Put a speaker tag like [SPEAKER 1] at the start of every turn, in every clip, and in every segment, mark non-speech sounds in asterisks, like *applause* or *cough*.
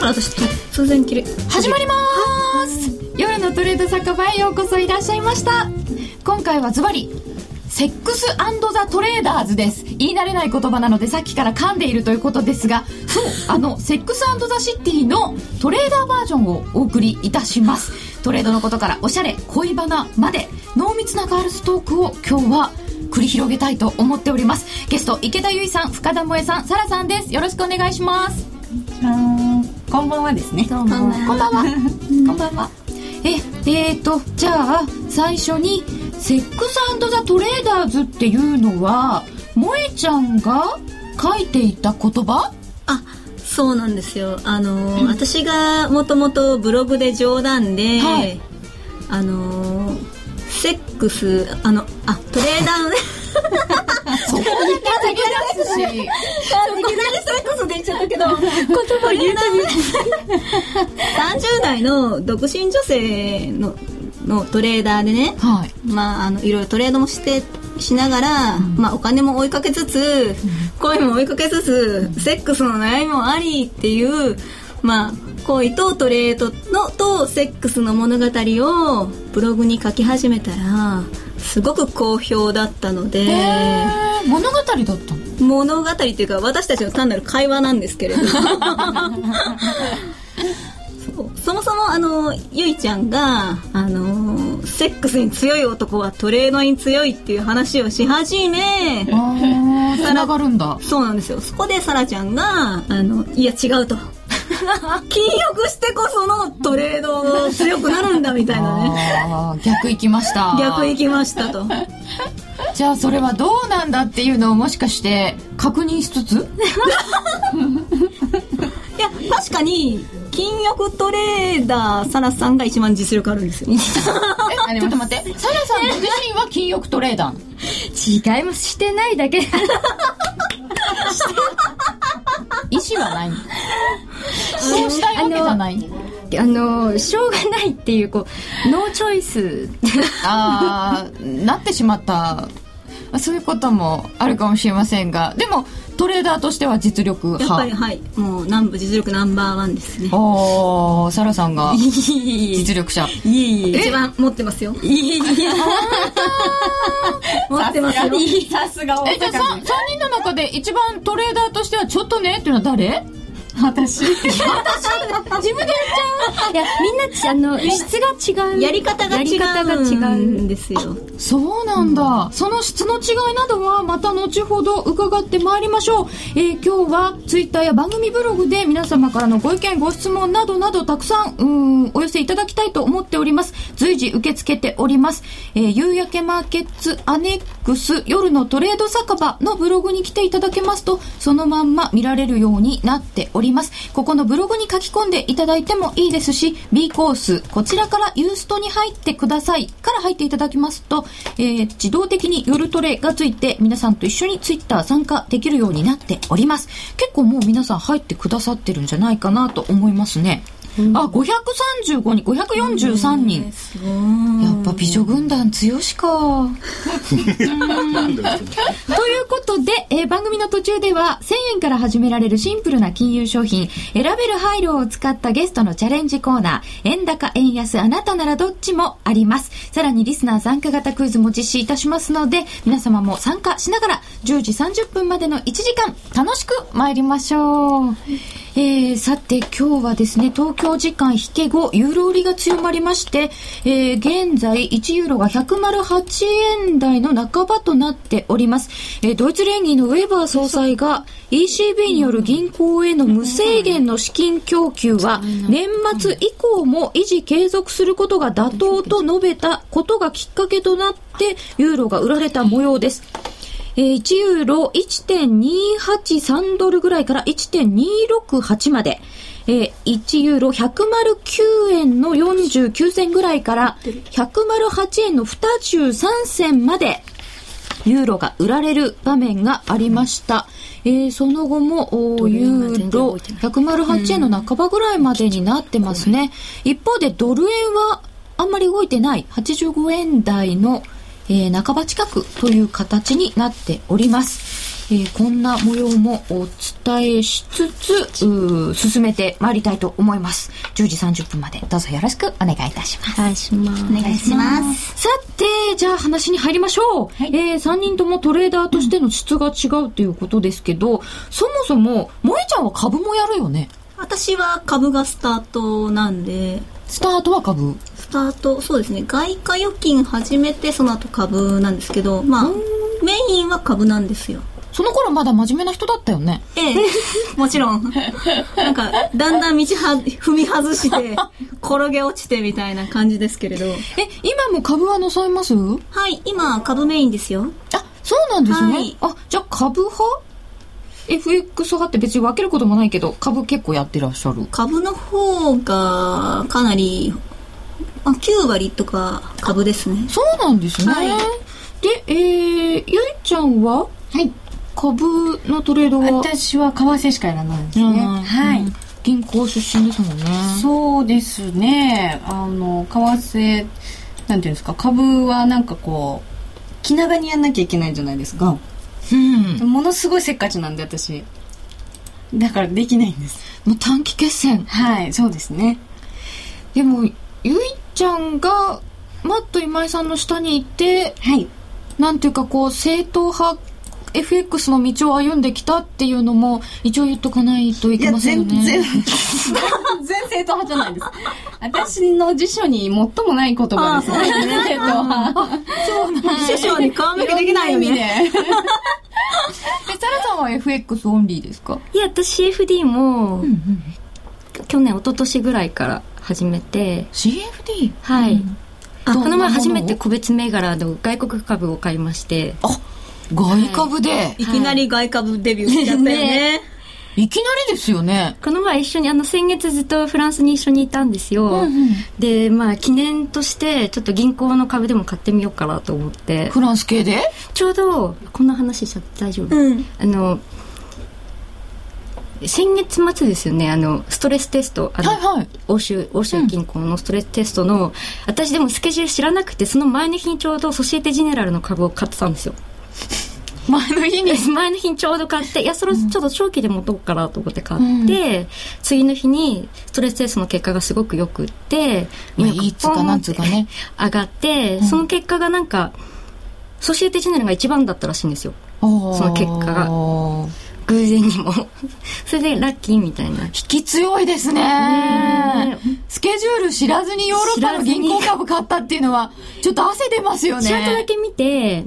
[SPEAKER 1] 私突然切れ
[SPEAKER 2] 始まります夜のトレード酒場へようこそいらっしゃいました今回はズバリセックスザ・トレーダーズです言い慣れない言葉なのでさっきから噛んでいるということですがそうあのセックスザ・シティのトレーダーバージョンをお送りいたしますトレードのことからおしゃれ恋バナまで濃密なガールストークを今日は繰り広げたいと思っておりますゲスト池田由衣さん深田萌さんサラさんですよろしくお願いします
[SPEAKER 3] こんばんはですね。
[SPEAKER 2] どうも。こんばんは。こんばんは。え、えーと、じゃあ、最初に、セックスザ・トレーダーズっていうのは、萌えちゃんが書いていた言葉
[SPEAKER 1] あそうなんですよあのー私がもともとブログで冗談で、
[SPEAKER 2] はい
[SPEAKER 1] あのーセックスあのあトレーダーのね
[SPEAKER 2] そこに出すし。
[SPEAKER 1] いきなりそれこそ出ちゃったけど言葉言えない30代の独身女性ののトレーダーでね、
[SPEAKER 2] はい。
[SPEAKER 1] まあ、あのいろいろトレードもしてしながら、まあ、お金も追いかけつつ、恋も追いかけつつ、セックスの悩みもありっていう、まあ、恋とトレードのとセックスの物語をブログに書き始めたらすごく好評だったので、
[SPEAKER 2] えー、物語だ *laughs* ったの
[SPEAKER 1] 物語というか私たちの単なる会話なんですけれど
[SPEAKER 2] *laughs*
[SPEAKER 1] そうそもそもあのゆいちゃんがあのセックスに強い男はトレードに強いっていう話をし始め
[SPEAKER 2] あー、繋がるんだ。
[SPEAKER 1] そうなんですよそこでさらちゃんがあのいや違う
[SPEAKER 2] *laughs*
[SPEAKER 1] と禁欲してこそのトレード強くなるんだみたいなね
[SPEAKER 2] あー逆行きました。
[SPEAKER 1] 逆行きましたと
[SPEAKER 2] じゃあそれはどうなんだっていうのをもしかして確認しつつ
[SPEAKER 1] いや確かに金欲トレーダーサラさんが一番実力あるんですよ
[SPEAKER 2] えちょっと待ってサラさんご自身は禁欲トレーダー
[SPEAKER 3] 違います。してないだ
[SPEAKER 2] *laughs*
[SPEAKER 3] け。して
[SPEAKER 2] 意思
[SPEAKER 1] *laughs*
[SPEAKER 2] はないそうしたいわけじゃない
[SPEAKER 3] あのしょうがないっていうこうノーチョイ
[SPEAKER 2] *laughs*
[SPEAKER 3] ス。
[SPEAKER 2] ああなってしまったそういうこともあるかもしれませんがでもトレーダーとしては実力
[SPEAKER 1] やっぱり
[SPEAKER 2] 派
[SPEAKER 1] はいもう南部実力ナンバーワンですね
[SPEAKER 2] おーサラさんが
[SPEAKER 1] い
[SPEAKER 2] 実力者
[SPEAKER 1] いいい一番持ってますよいいい持ってますよ
[SPEAKER 3] さすが
[SPEAKER 2] えじゃあ 3, 人の中で一番トレーダーとしてはちょっとねっていうのは誰
[SPEAKER 3] 私。い
[SPEAKER 2] 自分で
[SPEAKER 3] やみんなちあの質が違う。
[SPEAKER 1] やり方が違うんですよ
[SPEAKER 2] *laughs* そうなんだ、その質の違いなどはまた後ほど伺ってまいりましょう、えー今日はツイッターや番組ブログで皆様からのご意見ご質問などなどたくさんうーんお寄せいただきたいと思っております随時受け付けております、えー夕焼けマーケッツアネックス夜のトレード酒場のブログに来ていただけますとそのまんま見られるようになっておりますここのブログに書き込んでいただいてもいいですし B コースこちらからユーストに入ってくださいから入っていただきますと、えー自動的に夜トレがついて皆さんと一緒にツイッター参加できるようになっております結構もう皆さん入ってくださってるんじゃないかなと思いますね、あ535人543人、
[SPEAKER 1] すご
[SPEAKER 2] やっぱ美女軍団強しか。ということで、えー番組の途中では1000円から始められるシンプルな金融商品、選べる配慮を使ったゲストのチャレンジコーナー、円高円安あなたならどっちもあります。さらにリスナー参加型クイズも実施いたしますので、皆様も参加しながら10時30分までの1時間楽しく参りましょう。えーさて今日はですね東京時間引け後ユーロ売りが強まりまして、えー現在1ユーロが108円台の半ばとなっております、えードイツ連銀のウェーバー総裁が ECB による銀行への無制限の資金供給は年末以降も維持継続することが妥当と述べたことがきっかけとなってユーロが売られた模様ですえー1ユーロ1.283ドルぐらいから1.268まで、えー1ユーロ109円の49銭ぐらいから108円の23銭まで、ユーロが売られる場面がありました。えーその後も、おーユーロ108円の半ばぐらいまでになってますね。一方でドル円はあんまり動いてない85円台の、えー半ば近くという形になっております。
[SPEAKER 3] えーこんな模様もお伝えしつつ、うー進めてまいりたいと思います。10時30分までどうぞよろしくお願いいたします。
[SPEAKER 2] お願いします。
[SPEAKER 1] お願いします。
[SPEAKER 3] さて、じゃあ話に入りましょう。え3人ともトレーダーとしての質が違うということですけど、そもそも、萌ちゃんは株もやるよね。
[SPEAKER 1] 私は株がスタートなんで、
[SPEAKER 3] スタートは株。
[SPEAKER 1] スタート、そうですね、外貨預金始めて、その後株なんですけど、まあ、メインは株なんですよ。
[SPEAKER 3] その頃まだ真面目な人だったよね。
[SPEAKER 1] ええ、もちろん。なんか、だんだん道は踏み外 *laughs* して、転げ落ちてみたいな感じですけれど。
[SPEAKER 3] え、今も株はなさいます
[SPEAKER 1] はい、今、株メインですよ。
[SPEAKER 3] あ、そうなんですね。
[SPEAKER 1] はい
[SPEAKER 3] あ、じゃあ株派 ?FX 派って別に分けることもないけど、株結構やってらっしゃる。
[SPEAKER 1] 株の方が、かなり、あ9割とか株ですね。
[SPEAKER 3] そうなんですね。
[SPEAKER 1] はい
[SPEAKER 3] で、えー、ゆいちゃんは
[SPEAKER 4] はい。
[SPEAKER 3] 株のトレードは
[SPEAKER 4] 私は為替しかやらないですね。
[SPEAKER 3] うん
[SPEAKER 4] はい。
[SPEAKER 3] うん銀行出身ですもんね。
[SPEAKER 4] そうですね。あの、為替、なんていうんですか、株はなんかこう、気長にやんなきゃいけないじゃないですか。
[SPEAKER 3] うん。
[SPEAKER 4] ものすごいせっかちなんで、私。だからできないんです。
[SPEAKER 3] もう短期決戦。
[SPEAKER 4] はい、そうですね。
[SPEAKER 3] でも、ゆいちゃんが、マット今井さんの下にいて、
[SPEAKER 4] はい。
[SPEAKER 3] なんていうかこう正統派 FX の道を歩んできたっていうのも一応言っとかないとい
[SPEAKER 4] い
[SPEAKER 3] け
[SPEAKER 4] や、
[SPEAKER 3] ませんよ
[SPEAKER 4] 全
[SPEAKER 3] ね。*laughs*
[SPEAKER 4] 然、全然正統派じゃないです。私の辞書に最もない言葉ですね。正統
[SPEAKER 3] *laughs*
[SPEAKER 4] 派。
[SPEAKER 1] 師匠に顔向けできないよ
[SPEAKER 4] ろん
[SPEAKER 1] ね。
[SPEAKER 4] な意味で。
[SPEAKER 3] えサラさんは FX オンリーですか
[SPEAKER 2] いや、私 CFD も、
[SPEAKER 3] うんうん。
[SPEAKER 2] 去年、一昨年ぐらいから始めて、
[SPEAKER 3] CFD?
[SPEAKER 2] はい。あ
[SPEAKER 3] どんな
[SPEAKER 2] この前初め
[SPEAKER 3] もの
[SPEAKER 2] て
[SPEAKER 3] を
[SPEAKER 2] 個別銘柄の外国株を買いまして、
[SPEAKER 3] 外株で、
[SPEAKER 1] いきなり外株デビューしちゃったよね。
[SPEAKER 3] い、きなりですよね。
[SPEAKER 2] この前一緒に、あの、先月ずっとフランスに一緒にいたんですよ。で、まあ、記念として、ちょっと銀行の株でも買ってみようかなと思って、
[SPEAKER 3] フランス系で
[SPEAKER 2] ちょうど、こんな話しちゃって大丈夫、
[SPEAKER 1] うん。
[SPEAKER 2] あの、先月末ですよね、あの、ストレステスト、あの、
[SPEAKER 3] はいはい。
[SPEAKER 2] 欧州欧州銀行のストレステストの、私でもスケジュール知らなくてその前の日にちょうどソシエテジェネラルの株を買ってたんですよ
[SPEAKER 3] 前の日に。
[SPEAKER 2] 前の日にちょうど買っていやそれをちょっと長期で持とうかなと思って買って、
[SPEAKER 3] う
[SPEAKER 2] 次の日にストレステストの結果がすごくよくって
[SPEAKER 3] まあ
[SPEAKER 2] なんか
[SPEAKER 3] いいつかなんつうかね
[SPEAKER 2] ポンって上がって、その結果がなんかソシエテジェネラルが一番だったらしいんですよ
[SPEAKER 3] そ
[SPEAKER 2] の結果が偶然にも *laughs* それでラッキーみたいな
[SPEAKER 3] 引き強いですね。スケジュール知らずにヨーロッパの銀行株買ったっていうのは、ちょっと汗出ますよね。
[SPEAKER 2] チャートだけ見て、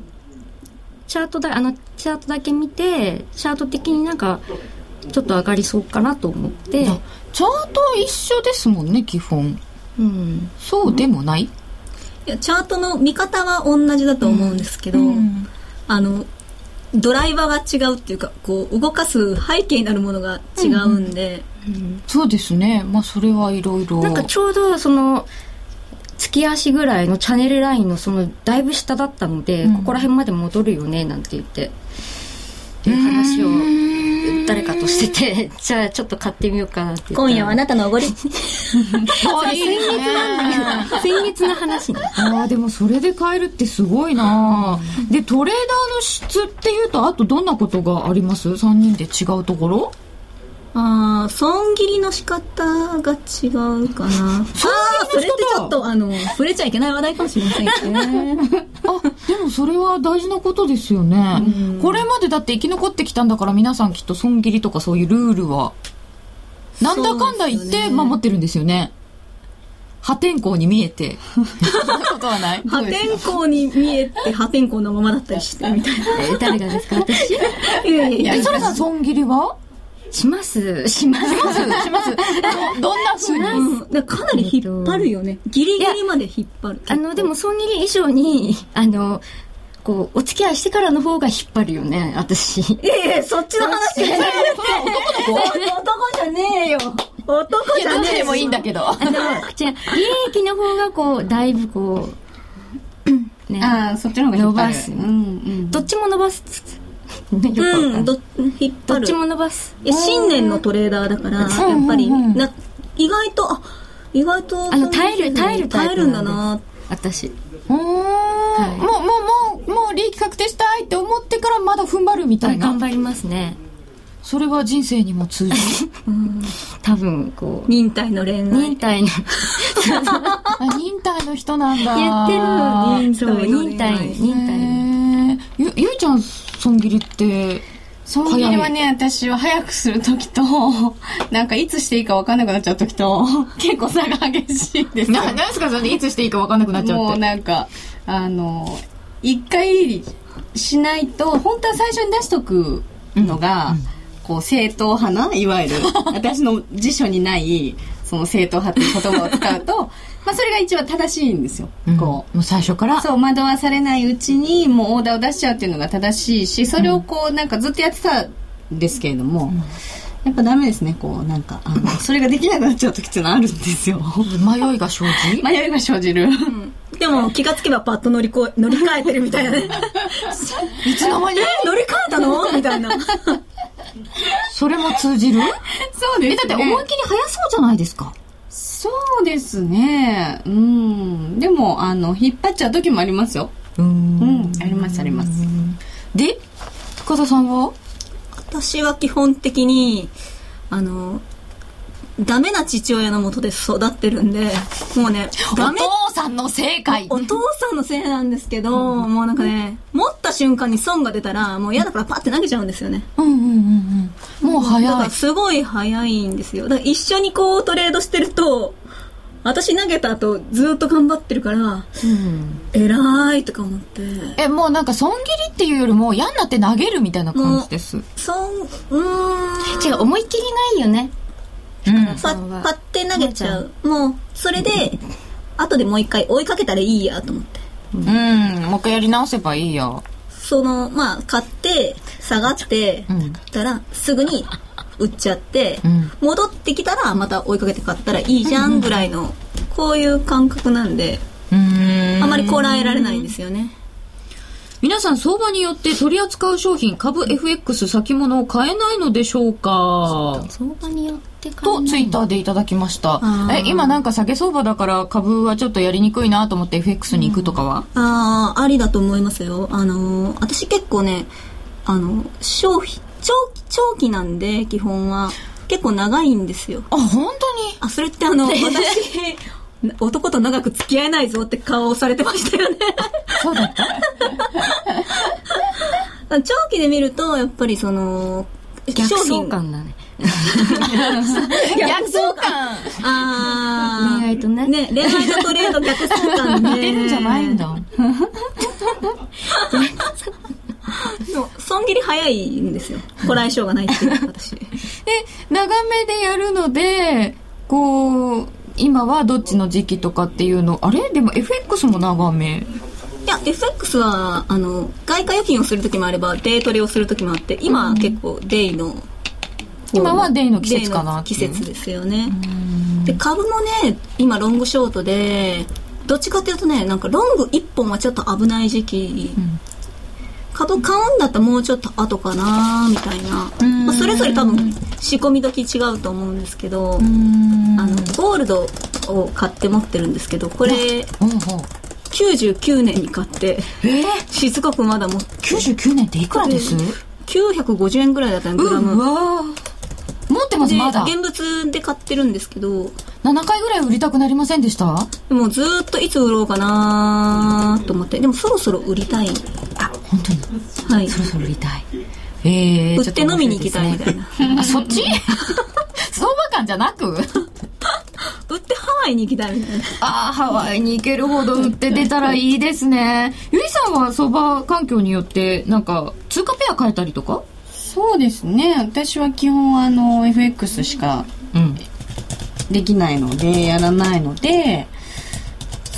[SPEAKER 2] チャートだ、あの、チャートだけ見て、チャート的になんか、ちょっと上がりそうかなと思って、
[SPEAKER 3] あチャート一緒ですもんね、基本。
[SPEAKER 2] うん。
[SPEAKER 3] そうでもない、
[SPEAKER 1] いやチャートの見方は同じだと思うんですけど、あのドライバーが違うっていうかこう動かす背景になるものが違うんで、
[SPEAKER 3] そうですね。まあ、それはいろいろ。
[SPEAKER 2] なんかちょうど、その、月足ぐらいのチャンネルラインのその、だいぶ下だったので、
[SPEAKER 3] うん
[SPEAKER 2] ここら辺まで戻るよね、なんて言って、っていう話を誰かとしてて、 *laughs* じゃあちょっと買ってみようかなって言ったら
[SPEAKER 1] 今夜はあなたのおご *laughs* り
[SPEAKER 3] 可愛いですね。
[SPEAKER 2] 先月の話ね。
[SPEAKER 3] ああ、でもそれで買えるってすごいな、で、トレーダーの質っていうと、あとどんなことがあります ?3 人で違うところ
[SPEAKER 1] ああ損切りの仕方が違うかなああそれってちょっとあの触れちゃいけない話題かもしれませんけどね
[SPEAKER 3] あ、でもそれは大事なことですよね。これまでだって生き残ってきたんだから皆さんきっと損切りとかそういうルールは、なんだかんだ言
[SPEAKER 1] そ
[SPEAKER 3] っ
[SPEAKER 1] うですよね
[SPEAKER 3] て守ってるんですよね。破天荒に見えて。そんなことはない
[SPEAKER 1] *laughs* 破天荒に見えて破天荒のままだったりしてみたいな
[SPEAKER 2] え誰がですか私
[SPEAKER 1] いやいやいや
[SPEAKER 3] え、それさん損切りは
[SPEAKER 2] します、します。
[SPEAKER 3] しますします。どどんな風に
[SPEAKER 1] うん、だからかなり引っ張るよねギリギリまで引っ張る
[SPEAKER 2] あの、でも、損切り以上に、 *laughs* あの、こう、お付き合いしてからの方が引っ張るよね、私。
[SPEAKER 1] い
[SPEAKER 2] *laughs*
[SPEAKER 1] やいやそっちの話じゃない *laughs*
[SPEAKER 3] 男の子
[SPEAKER 1] 男じゃねえよ男
[SPEAKER 3] い
[SPEAKER 1] じ
[SPEAKER 3] や、
[SPEAKER 1] ゃ
[SPEAKER 3] どっ
[SPEAKER 1] ね
[SPEAKER 3] ち
[SPEAKER 1] え
[SPEAKER 3] で
[SPEAKER 1] よ
[SPEAKER 3] もいいんだけど。
[SPEAKER 2] あの、違う、利益の方がこう、だいぶこう、ね、
[SPEAKER 4] ああ、そっちの方が引っ張る
[SPEAKER 2] 伸ばす
[SPEAKER 4] うんうん。
[SPEAKER 2] どっちも伸ばす。 *laughs* よくわかんな
[SPEAKER 1] う
[SPEAKER 2] い
[SPEAKER 1] ん、
[SPEAKER 2] ど
[SPEAKER 1] ど引っ張
[SPEAKER 2] っ
[SPEAKER 1] る
[SPEAKER 2] ちも伸ばす。
[SPEAKER 1] いや新年のトレーダーだからやっぱりな意外とあ意外と
[SPEAKER 2] あの耐える耐えるタイプ
[SPEAKER 1] 耐えるんだな
[SPEAKER 2] 私。
[SPEAKER 3] うーんもう、もう、もう、もうの利益確定したいって思ってからまだ踏ん張るみたいな
[SPEAKER 2] 頑。張りますね
[SPEAKER 3] それは人生にも通じる。
[SPEAKER 2] 多分こう
[SPEAKER 1] 忍耐の恋愛
[SPEAKER 2] 忍耐の
[SPEAKER 3] あ忍耐の人なんだ。
[SPEAKER 2] 言ってるそう
[SPEAKER 1] 忍
[SPEAKER 2] 忍
[SPEAKER 1] 耐の
[SPEAKER 2] 耐
[SPEAKER 1] 恋愛
[SPEAKER 2] 忍耐
[SPEAKER 3] へーゆ、ゆいちゃん、損切りって、
[SPEAKER 4] 損切りはね、私は早くするときと、 *laughs* なんかいつしていいか分かんなくなっちゃうときと、 *laughs* 結構差が激しいです。
[SPEAKER 3] な、なんすかそれでいつしていいか分かんなくなっちゃう
[SPEAKER 4] も
[SPEAKER 3] っ
[SPEAKER 4] う
[SPEAKER 3] て。
[SPEAKER 4] なんか、あの、一回しないと、本当は最初に出しとくのが、こう、正統派な、いわ
[SPEAKER 3] *laughs*
[SPEAKER 4] ゆる、私の辞書にない、その正統派っていう言葉を使う
[SPEAKER 3] *laughs*
[SPEAKER 4] と、まあそれが一番正しいんですよ。
[SPEAKER 3] うん
[SPEAKER 4] こう
[SPEAKER 3] も、う最初から。
[SPEAKER 4] そう惑わされないうちにもうオーダーを出しちゃうっていうのが正しいしそれをこうなんかずっとやってたんですけれども、やっぱダメですねこうなんかあ *laughs* のそれができなくなっちゃう時っていうのはあるんですよ
[SPEAKER 3] 迷いが生じ
[SPEAKER 4] *laughs* 迷いが生じる
[SPEAKER 1] でも気がつけばパッと乗りこえ乗り換えてるみたい
[SPEAKER 2] *laughs*
[SPEAKER 1] なね
[SPEAKER 3] いつの間に
[SPEAKER 1] 乗り換えたのみたいな
[SPEAKER 3] それも通じる
[SPEAKER 4] *laughs* そうです
[SPEAKER 3] え、だって思いっきり早そうじゃないですか。
[SPEAKER 4] そうですねうんでもあの引っ張っちゃう時もありますよ
[SPEAKER 3] うー。
[SPEAKER 4] うんんありますあります
[SPEAKER 3] で、深田さんは
[SPEAKER 1] 私は基本的にあのダメな父親のもとで育ってるんでもうねダメ
[SPEAKER 3] お父さんの正解。
[SPEAKER 1] お父さんのせいなんですけど、もうなんかね持った瞬間に損が出たらもう嫌だからパッて投げちゃうんですよね
[SPEAKER 3] うんうんうんうん。もう
[SPEAKER 1] だか
[SPEAKER 3] 早い
[SPEAKER 1] ら。すごい早いんですよだから一緒にこうトレードしてると私投げた後ずっと頑張ってるから偉いとか思って
[SPEAKER 3] え、もうなんか損切りっていうよりも嫌になって投げるみたいな感じです。
[SPEAKER 1] 損うーん
[SPEAKER 2] 違う思い切りがいいよね
[SPEAKER 3] うん
[SPEAKER 1] パッパッて投げちゃうもうそれで後でもう一回追いかけたらいいやと思って
[SPEAKER 3] うん、もう一回やり直せばいいよ。
[SPEAKER 1] そのまあ買って下がって
[SPEAKER 3] うん
[SPEAKER 1] たらすぐに売っちゃって、
[SPEAKER 3] うん
[SPEAKER 1] 戻ってきたらまた追いかけて買ったらいいじゃんぐらいのこういう感覚なんで
[SPEAKER 3] うーん
[SPEAKER 1] あまりこらえられないんですよね
[SPEAKER 3] 皆さん相場によって取り扱う商品株 FX 先物を買えないのでしょうか
[SPEAKER 2] 相場によって考
[SPEAKER 3] とツイッターでいただきました
[SPEAKER 1] あー
[SPEAKER 3] え今なんか下げ相場だから株はちょっとやりにくいなと思って FX に行くとかは、
[SPEAKER 1] ああありだと思いますよあのー私結構ねあの消費長期長期なんで基本は結構長いんですよ
[SPEAKER 3] あ本当に
[SPEAKER 1] あそれってあの私男と長く付き合えないぞって顔をされてましたよね
[SPEAKER 3] そうだった
[SPEAKER 1] *laughs* 長期で見るとやっぱりその
[SPEAKER 2] 逆
[SPEAKER 1] 商
[SPEAKER 2] 相
[SPEAKER 1] 品
[SPEAKER 2] 関だね
[SPEAKER 1] 逆相関あー
[SPEAKER 2] 恋愛とね
[SPEAKER 1] ね恋愛とトレード逆相関
[SPEAKER 3] *laughs* 似てるんじゃないんだ
[SPEAKER 1] でも損切り早いんですよこらえ性がないっていうか私
[SPEAKER 3] で長めでやるのでこう今はどっちの時期とかっていうのあれでも FX も長め
[SPEAKER 1] いや FX はあの外貨預金をする時もあればデイトレをする時もあって今は結構デイの
[SPEAKER 3] 今はデイの季節かなって
[SPEAKER 1] 季
[SPEAKER 3] いう
[SPEAKER 1] 節ですよねで株もね今ロングショートでどっちかっていうとねなんかロング1本はちょっと危ない時期、株買うんだったらもうちょっと後かなみたいな、まあ、それぞれ多分仕込み時違うと思うんですけどあのゴールドを買って持ってるんですけどこれ
[SPEAKER 3] うんうん
[SPEAKER 1] 99年に買って
[SPEAKER 3] えー、
[SPEAKER 1] しつこくまだ持って
[SPEAKER 3] 99年っていくらです
[SPEAKER 1] 950円ぐらいだったのグラ
[SPEAKER 3] う
[SPEAKER 1] ム
[SPEAKER 3] わー持ってます
[SPEAKER 1] で
[SPEAKER 3] まだ
[SPEAKER 1] 現物で買ってるんですけど
[SPEAKER 3] 7回ぐらい売りたくなりませんでした
[SPEAKER 1] でもずーっといつ売ろうかなと思ってでもそろそろ売りたい
[SPEAKER 3] あ本当に
[SPEAKER 1] はい
[SPEAKER 3] そろそろ売りたいえ
[SPEAKER 1] 売
[SPEAKER 3] ー、
[SPEAKER 1] って飲みに行きたいみたいな、
[SPEAKER 3] な、あそっ *laughs* ち相場感じゃなく
[SPEAKER 1] *laughs* 売ってハワイに行きたいみたいな
[SPEAKER 3] ああハワイに行けるほど売って出たらいいですねゆいさんは相場環境によってなんか通貨ペア変えたりとか
[SPEAKER 4] そうですね私は基本あの FX しか
[SPEAKER 3] うん
[SPEAKER 4] できないのでやらないので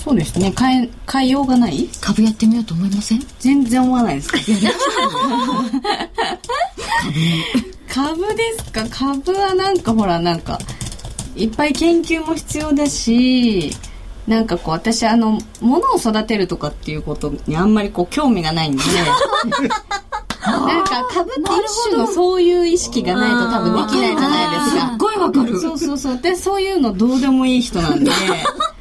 [SPEAKER 4] そうですね変え変えようがない
[SPEAKER 3] 株やってみようと思いません
[SPEAKER 4] 全然思わないです *laughs* 株ですか株はなんかほらなんかいっぱい研究も必要だしなんかこう私あの物を育てるとかっていうことにあんまりこう興味が *laughs* ないんでなんか株って一種のそういう意識がないと多分できないじゃないです
[SPEAKER 3] す
[SPEAKER 4] か
[SPEAKER 3] っごいわかる
[SPEAKER 4] そうそうそうでそういうのどうでもいい人なんで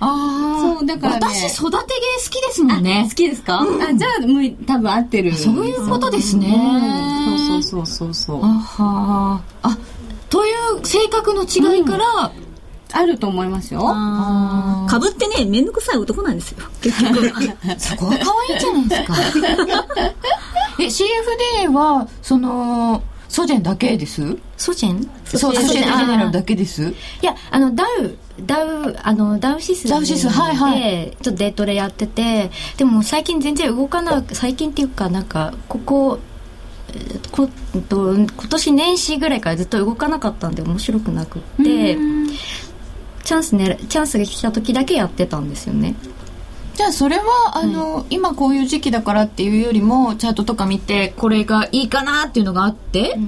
[SPEAKER 3] あ
[SPEAKER 4] *laughs* そうそう、だからね。
[SPEAKER 3] 私、育て芸好きですもんね
[SPEAKER 4] 好。きですか、あ、じゃあ、むい、多分合ってる。
[SPEAKER 3] そういうことですね
[SPEAKER 4] うんそうそうそうそう
[SPEAKER 3] あ
[SPEAKER 4] そう。
[SPEAKER 3] はーあ、という性格の違いから、
[SPEAKER 4] あると思いますよ。
[SPEAKER 1] あーかぶってね、めんどくさい男なんですよ。結局。
[SPEAKER 3] そこは可愛いじゃないですか。 *laughs* え、CFD は、その、ソジェンだけです
[SPEAKER 2] ソジェン
[SPEAKER 3] そう、ソジェンジェネラルだけです
[SPEAKER 2] いや、あの、ダウ、ダウ、あの、ダウシス。
[SPEAKER 3] ダウシスはいはい
[SPEAKER 2] で、ちょっとデートでやってて、でも最近全然動かなく、最近っていうか、なんか、ここ、えーこえっと今年年始ぐらいからずっと動かなかったんで面白くなくってチャンスねチャンスが来た時だけやってたんですよね
[SPEAKER 3] じゃあそれはあの、今こういう時期だからっていうよりもチャートとか見てこれがいいかなっていうのがあって、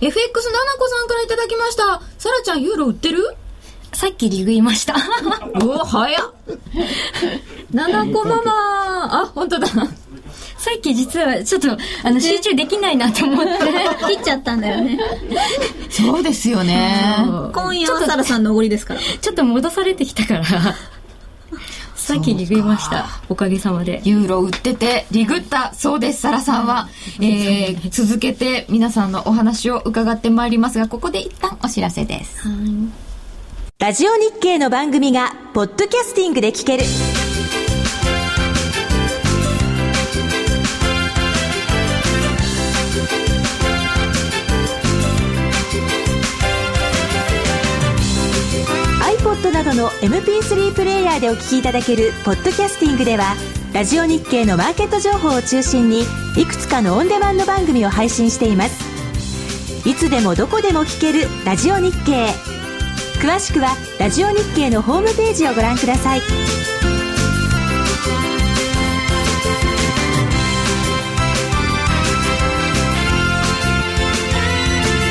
[SPEAKER 3] FX ななこさんからいただきました「さらちゃんユーロ売ってる?
[SPEAKER 2] さっきリグいました」
[SPEAKER 3] *laughs* うわ早っななこママあ本当だ
[SPEAKER 2] さっき実はちょっとあの集中できないなと思って、
[SPEAKER 1] 切
[SPEAKER 3] *laughs*
[SPEAKER 1] っちゃったんだよね。
[SPEAKER 3] そうですよね
[SPEAKER 1] 今夜はサラさんのおごりですから。
[SPEAKER 2] ちょっと戻されてきたからさっきリグいましたおかげさまで
[SPEAKER 3] ユーロ売っててリグったそうですサラさんは、えー続けて皆さんのお話を伺ってまいりますがここで一旦お知らせです
[SPEAKER 5] ラジオ日経の番組がポッドキャスティングで聞ける。iPod などの MP3 プレイヤーでお聞きいただけるポッドキャスティングでは、ラジオ日経のマーケット情報を中心にいくつかのオンデマンド番組を配信しています。いつでもどこでも聞けるラジオ日経。詳しくはラジオ日経のホームページをご覧ください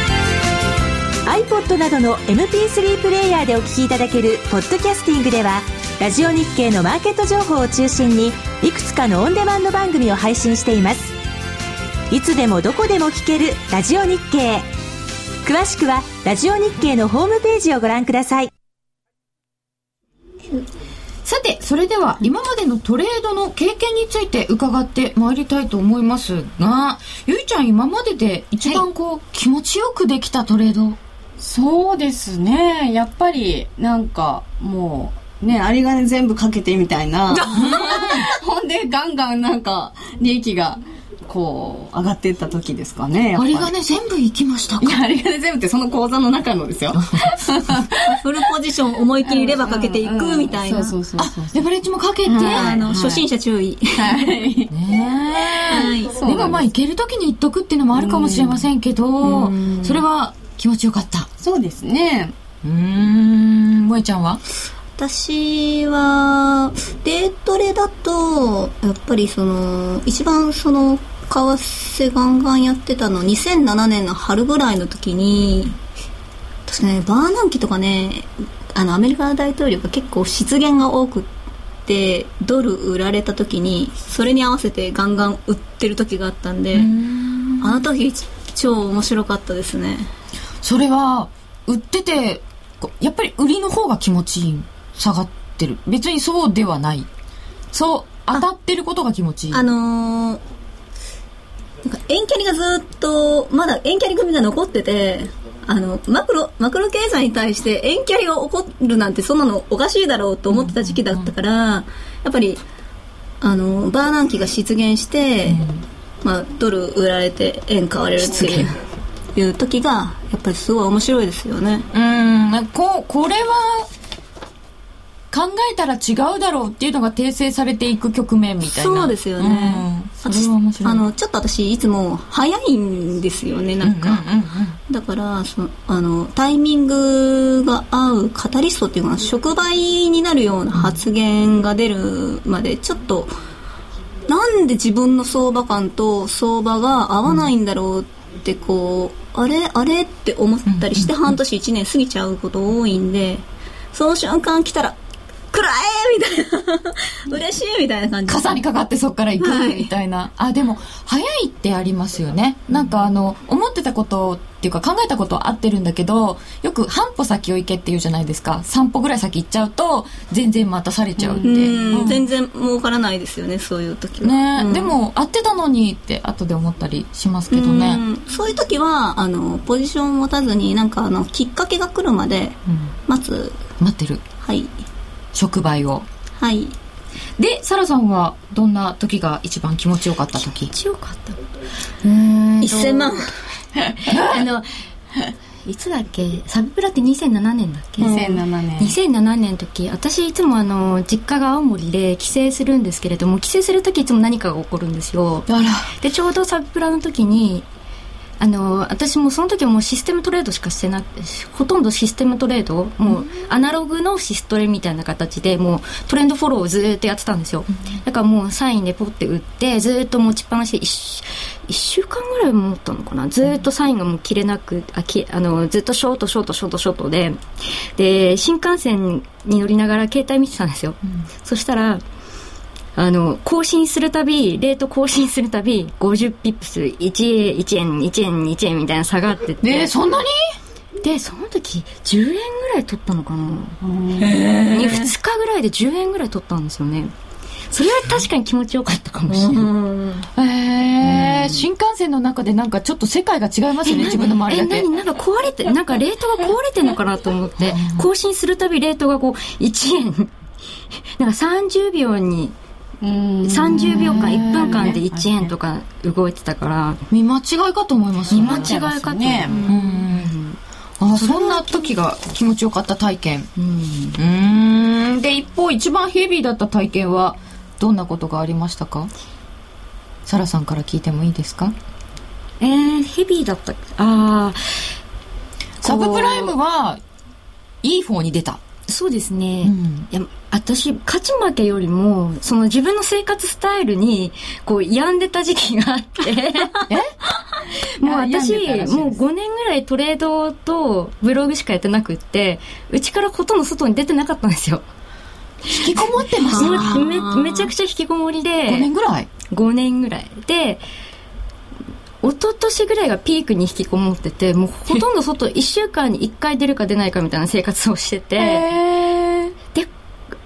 [SPEAKER 5] 「iPod」などの MP3 プレイヤーでお聞きいただける「ポッドキャスティング」ではラジオ日経のマーケット情報を中心にいくつかのオンデマンド番組を配信していますいつでもどこでも聞ける「ラジオ日経」詳しくはラジオ日経のホームページをご覧ください
[SPEAKER 3] さてそれでは今までのトレードの経験について伺ってまいりたいと思いますがゆいちゃん今までで一番こう、気持ちよくできたトレード
[SPEAKER 4] そうですね。やっぱり、なんか、もう、ね、有り金全部かけてみたいな。 *laughs* ほんで、ガンガンなんか、利益が、こう、上がっていった時ですかね。やっぱ
[SPEAKER 3] あ
[SPEAKER 4] り
[SPEAKER 3] れがね全部行きましたか
[SPEAKER 4] いや、有り金全部ってその口座の中のですよ。
[SPEAKER 1] フルポジション思い切りレバーかけていくみたいな。
[SPEAKER 4] そうそうそうそう。
[SPEAKER 3] レバレッジもかけて、
[SPEAKER 1] あの、初心者注意。 *laughs*
[SPEAKER 4] はい。
[SPEAKER 3] ね
[SPEAKER 1] はい。
[SPEAKER 3] えでもまあ行ける時に行っとくっていうのもあるかもしれませんけどそれは気持ちよかった
[SPEAKER 4] そうですね。
[SPEAKER 3] うーん萌えちゃんは
[SPEAKER 1] 私は、デートレだと、やっぱりその、一番その、為替ガンガンやってたの、2007年の春ぐらいの時に、確かね、バーナンキとかね、あの、アメリカ大統領が結構失言が多くって、ドル売られた時に、それに合わせてガンガン売ってる時があったんで、あの時、超面白かったですね。
[SPEAKER 3] それは売っててこやっぱり売りの方が気持ちいい下がってる別にそうではないそう当たってることが気持ちいい
[SPEAKER 1] あのー、なんか遠キャリがずーっと、まだ遠キャリ組が残ってて、あの、マクロ、マクロ経済に対して遠キャリが起こるなんてそんなのおかしいだろうと思ってた時期だったから、やっぱり、あの、バーナンキが出現して、まあ、ドル売られて円買われるっていういう時が、やっぱりすごい面白いですよね。
[SPEAKER 3] うーんここれは考えたら違うだろうっていうのが訂正されていく局面みたいな
[SPEAKER 1] そうですよね
[SPEAKER 3] うん。それは面白い
[SPEAKER 1] あの、ちょっと私いつも早いんですよね、なんか。
[SPEAKER 3] うんうん
[SPEAKER 1] だからそのあのタイミングが合うカタリストっていうのは触媒になるような発言が出るまでちょっとなんで自分の相場感と相場が合わないんだろうってこうあれあれって思ったりして半年1年過ぎちゃうこと多いんでその瞬間来たら「くらえ!」みたいな *laughs* 嬉しいみたいな感じ
[SPEAKER 3] 傘にかかってそっから行くみたいな、あでも早いってありますよねなんかあの思ってたことっていうか考えたことは合ってるんだけどよく半歩先を行けって言うじゃないですか3歩ぐらい先行っちゃうと全然待たされちゃうって、
[SPEAKER 1] うん、全然儲からないですよねそういう時は
[SPEAKER 3] ね、
[SPEAKER 1] うん
[SPEAKER 3] でも合ってたのにって後で思ったりしますけど
[SPEAKER 1] う
[SPEAKER 3] ね、
[SPEAKER 1] んそういう時はあのポジションを持たずになんかあのきっかけが来るまで
[SPEAKER 3] うん
[SPEAKER 1] 待つ
[SPEAKER 3] 待ってる
[SPEAKER 1] はい
[SPEAKER 3] 触媒を
[SPEAKER 1] はい
[SPEAKER 3] でサラさんはどんな時が一番気持ちよかった時
[SPEAKER 2] 強かったうーんと
[SPEAKER 1] 1000万
[SPEAKER 2] あのいつだっけサブプラって2007年だっけ、
[SPEAKER 4] 2007年
[SPEAKER 2] 2007年の時私いつもあの実家が青森で帰省するんですけれども帰省する時いつも何かが起こるんですよ
[SPEAKER 4] あら
[SPEAKER 2] でちょうどサブプラの時にあの私もその時はもうシステムトレードしかしてなくほとんどシステムトレードもうアナログのシストレみたいな形でもうトレンドフォローをずーっとやってたんですよだからもうサインでポッて打ってずーっと持ちっぱなしで 1, 週間ぐらい持ったのかなずーっとサインがもう切れなくあきあのずっとショートショートショートショートでで新幹線に乗りながら携帯見てたんですよ、そしたらあの、更新するたび、レート更新するたび、50ピップス、1円、1円、1円、1円みたいな下がってて。
[SPEAKER 3] えそんなに
[SPEAKER 2] で、その時、10円ぐらい取ったのかなに ?2 日ぐらいで10円ぐらい取ったんですよね。それは確かに気持ちよかったかもしれない。
[SPEAKER 3] えー新幹線の中でなんかちょっと世界が違いますよね自分の周り
[SPEAKER 2] え、
[SPEAKER 3] だけ
[SPEAKER 2] 何なんか壊れて、なんかレートが壊れてんのかなと思って、更新するたびレートがこう、1円、 *laughs* なんか30秒に、
[SPEAKER 4] うん
[SPEAKER 2] 30秒間、1分間で1円とか動いてたから、
[SPEAKER 3] 見間違いかと思います
[SPEAKER 2] 見
[SPEAKER 3] ね
[SPEAKER 2] 間違いかと思
[SPEAKER 3] う
[SPEAKER 2] う。
[SPEAKER 3] んあそんな時が気持ちよかった体験
[SPEAKER 2] うん
[SPEAKER 3] うーんで一方一番ヘビーだった体験はどんなことがありましたかサラさんから聞いてもいいですか
[SPEAKER 2] えー、ヘビーだったああ
[SPEAKER 3] サブプライムはいい方に出た、
[SPEAKER 2] そうですね、いや私勝ち負けよりもその自分の生活スタイルにこう病んでた時期があって *laughs* もう
[SPEAKER 4] あ病んでたらし
[SPEAKER 2] 私
[SPEAKER 4] いです
[SPEAKER 2] もう5年ぐらいトレードとブログしかやってなくってうちからほとんど外に出てなかったんですよ
[SPEAKER 3] 引きこもってま
[SPEAKER 2] も
[SPEAKER 3] 5
[SPEAKER 2] うめめちゃくちゃ引きこもりで
[SPEAKER 3] 年ぐらい
[SPEAKER 2] 5年ぐらいで一昨年ぐらいがピークに引きこもっててもうほとんど外1週間に1回出るか出ないかみたいな生活をしててで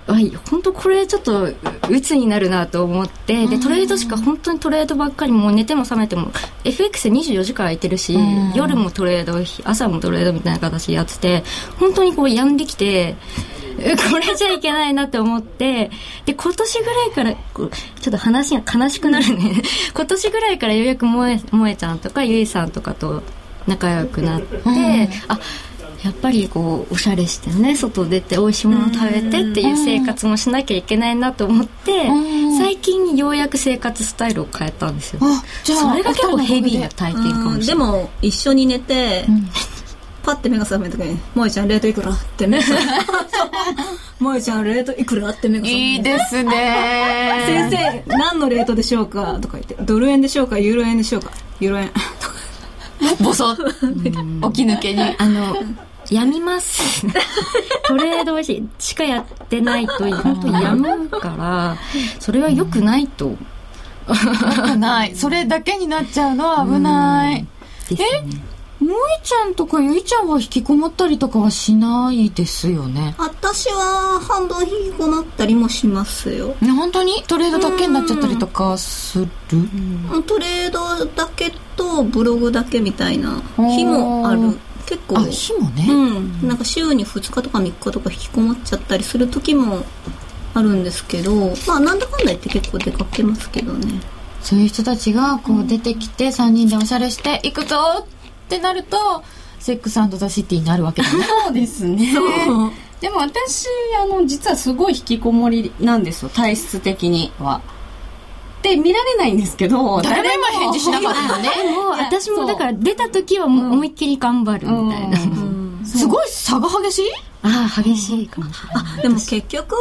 [SPEAKER 2] はい本当これちょっと鬱になるなと思ってでトレードしか本当にトレードばっかりもう寝ても覚めても FX24 時間空いてるし
[SPEAKER 3] うん
[SPEAKER 2] 夜もトレード朝もトレードみたいな形でやってて本当にこう病んできてえこれじゃいけないなって思って、で、今年ぐらいから、こうちょっと話が悲しくなるね。 *laughs* 今年ぐらいからようやく萌え、萌えちゃんとかゆいさんとかと仲良くなって、あ、やっぱりこう、おしゃれしてね、外出て美味しいもの食べてっていう生活もしなきゃいけないなと思って
[SPEAKER 3] うん、
[SPEAKER 2] 最近ようやく生活スタイルを変えたんですよ。
[SPEAKER 3] あじゃあ
[SPEAKER 2] それが結構ヘビーな
[SPEAKER 3] お二人の
[SPEAKER 2] 体験かもしれ
[SPEAKER 1] で
[SPEAKER 2] ない。
[SPEAKER 1] も一緒に寝て、
[SPEAKER 3] ん
[SPEAKER 1] パッて目が覚めた時に「萌えちゃんレートいくら?」って目が覚
[SPEAKER 3] *laughs*
[SPEAKER 1] めた萌えちゃんレートいくら?」って目が
[SPEAKER 3] お
[SPEAKER 1] 覚
[SPEAKER 3] い
[SPEAKER 1] め
[SPEAKER 3] い
[SPEAKER 1] た
[SPEAKER 3] です *laughs* ね
[SPEAKER 1] 先生何のレートでしょうか?」とか言って「ドル円でしょうかユーロ円でしょうかユーロ円」
[SPEAKER 3] *laughs*
[SPEAKER 1] とか
[SPEAKER 3] ボソッ *laughs* 起き抜けに
[SPEAKER 2] あの、やみます。トレードししかやってないと、本当にやむから、それは良くないと。
[SPEAKER 3] 危ないそれだけになっちゃうのは危ない
[SPEAKER 2] ですね
[SPEAKER 3] 萌えちゃんとかゆいちゃんは引きこもったりとかはしないですよね
[SPEAKER 1] 私は半分引きこもったりもしますよ
[SPEAKER 3] ね本当にトレードだけになっちゃったりとかする
[SPEAKER 1] トレードだけとブログだけみたいな日もある
[SPEAKER 3] おー
[SPEAKER 1] 結構
[SPEAKER 3] あ日もね、
[SPEAKER 1] うん、なんか週に2日とか3日とか引きこもっちゃったりする時もあるんですけどまあなんだかんだ言って結構出かけますけどね
[SPEAKER 3] そういう人たちがこう出てきて3人でおしゃれして行くぞってなるとセックスザ・シティになるわけだね
[SPEAKER 4] そうですねでも私あの実はすごい引きこもりなんですよ体質的にはで見られないんですけど
[SPEAKER 3] 誰も返事しなかったのね
[SPEAKER 2] でも、私もだから出た時はもう思いっきり頑張るみたいな。
[SPEAKER 4] うん
[SPEAKER 3] すごい差が激しい
[SPEAKER 2] ああ、激しいかもしれない。
[SPEAKER 1] でも結局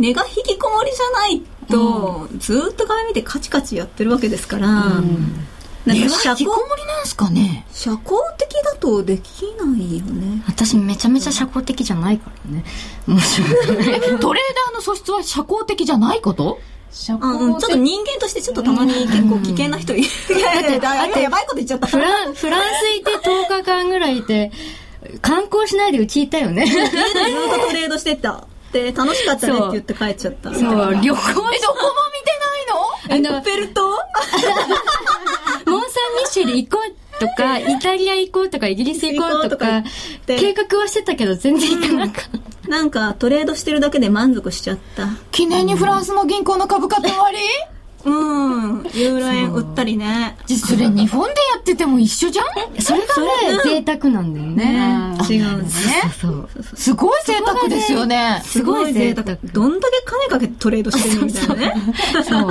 [SPEAKER 1] 根が引きこもりじゃないと、ずーっと鏡見てカチカチやってるわけですから、なんか社
[SPEAKER 3] 引き
[SPEAKER 1] 交
[SPEAKER 3] こもりなんすかね
[SPEAKER 1] 社交的だとできないよね
[SPEAKER 2] 私めちゃめちゃ社交的じゃないからね。もしも。
[SPEAKER 3] えトレーダーの素質は社交的じゃないこと
[SPEAKER 4] 社
[SPEAKER 1] あう
[SPEAKER 4] 交
[SPEAKER 1] ん、ちょっと人間としてちょっとたまに結構危険な人いる。いやいやいや、今やばいこと言っちゃ *laughs* った。
[SPEAKER 2] フラン、フランス行って10日間ぐらいいて、観光しないでうちいたよね。
[SPEAKER 1] 家でずっとトレードしてた。で、楽しかったねって言って帰っちゃった。
[SPEAKER 2] そう、旅行え、どこも見てないの
[SPEAKER 1] ペルト
[SPEAKER 2] モン・サン・ミッシェル行こうとか、イタリア行こうとか、イギリス行こうとか
[SPEAKER 1] イギリス行こうとか、言って
[SPEAKER 2] 計画はしてたけど全然行かなかった。
[SPEAKER 1] なんか、トレードしてるだけで満足しちゃった。
[SPEAKER 3] 記念にフランスの銀行の株価って終わり
[SPEAKER 1] うん。ユーロ円売ったりね。
[SPEAKER 3] じゃそれ日本でやってても一緒じゃん
[SPEAKER 2] それがね、贅沢なんだよね。
[SPEAKER 4] あ
[SPEAKER 1] 違うんですね。
[SPEAKER 2] そう。
[SPEAKER 3] すごい贅沢ですよね。
[SPEAKER 2] すごい贅沢。
[SPEAKER 1] どんだけ金かけてトレードしてるのみたいな *laughs* ね。
[SPEAKER 2] そう、贅沢。
[SPEAKER 4] そうだ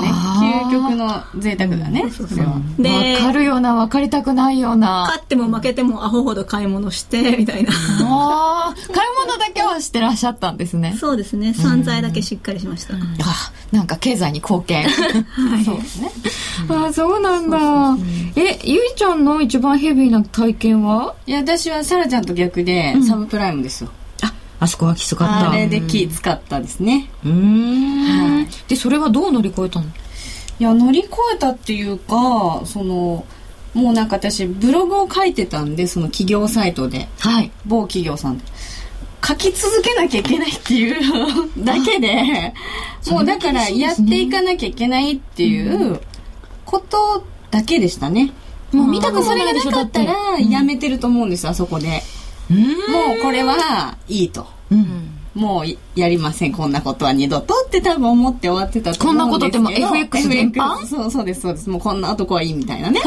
[SPEAKER 4] ね
[SPEAKER 3] あー
[SPEAKER 4] 究極の贅沢だねそれは
[SPEAKER 1] で、
[SPEAKER 3] わか
[SPEAKER 1] 勝
[SPEAKER 3] るような、わかりたくないような。
[SPEAKER 1] っても負けてもアホほど買い物して、みたいな。
[SPEAKER 3] あー買い物だけはしてらっしゃったんですね。
[SPEAKER 1] そうですね。散財だけしっかりしました。
[SPEAKER 3] あなんか経済に貢 *laughs* 献。
[SPEAKER 4] そうですね
[SPEAKER 3] ああ、そうなんだ。え、ゆいちゃんの一番ヘビーな体験はい
[SPEAKER 4] や私はサラちゃんと逆でサブプライムですよ
[SPEAKER 6] あそこはきつかった。
[SPEAKER 4] あれで気使ったですね
[SPEAKER 6] うーん。
[SPEAKER 3] で、それはどう乗り越えたの
[SPEAKER 4] いや乗り越えたっていうかそのもうなんか私ブログを書いてたんでその企業サイトで
[SPEAKER 3] はい。
[SPEAKER 4] 某企業さんで書き続けなきゃいけないって *laughs* いうだけでもうだからやっていかなきゃいけないっていうことだけでしたね
[SPEAKER 3] も
[SPEAKER 4] も
[SPEAKER 3] う
[SPEAKER 4] う
[SPEAKER 3] 見
[SPEAKER 4] 見
[SPEAKER 3] た
[SPEAKER 4] た
[SPEAKER 3] くも
[SPEAKER 4] くそれ
[SPEAKER 3] な
[SPEAKER 4] が
[SPEAKER 3] いで
[SPEAKER 4] な
[SPEAKER 3] しょ
[SPEAKER 4] かった
[SPEAKER 3] だ
[SPEAKER 4] らやめてると思うんですあそこでもうこれはいいと
[SPEAKER 6] うん。
[SPEAKER 4] もういやりませんこんなことは二度とって多分思って終わってたと思うんですけど
[SPEAKER 3] こんなことってもう
[SPEAKER 4] *laughs*
[SPEAKER 3] FX 全般
[SPEAKER 4] そうそうですそうですもうこんな男はいいみたいな
[SPEAKER 3] *laughs*
[SPEAKER 4] ね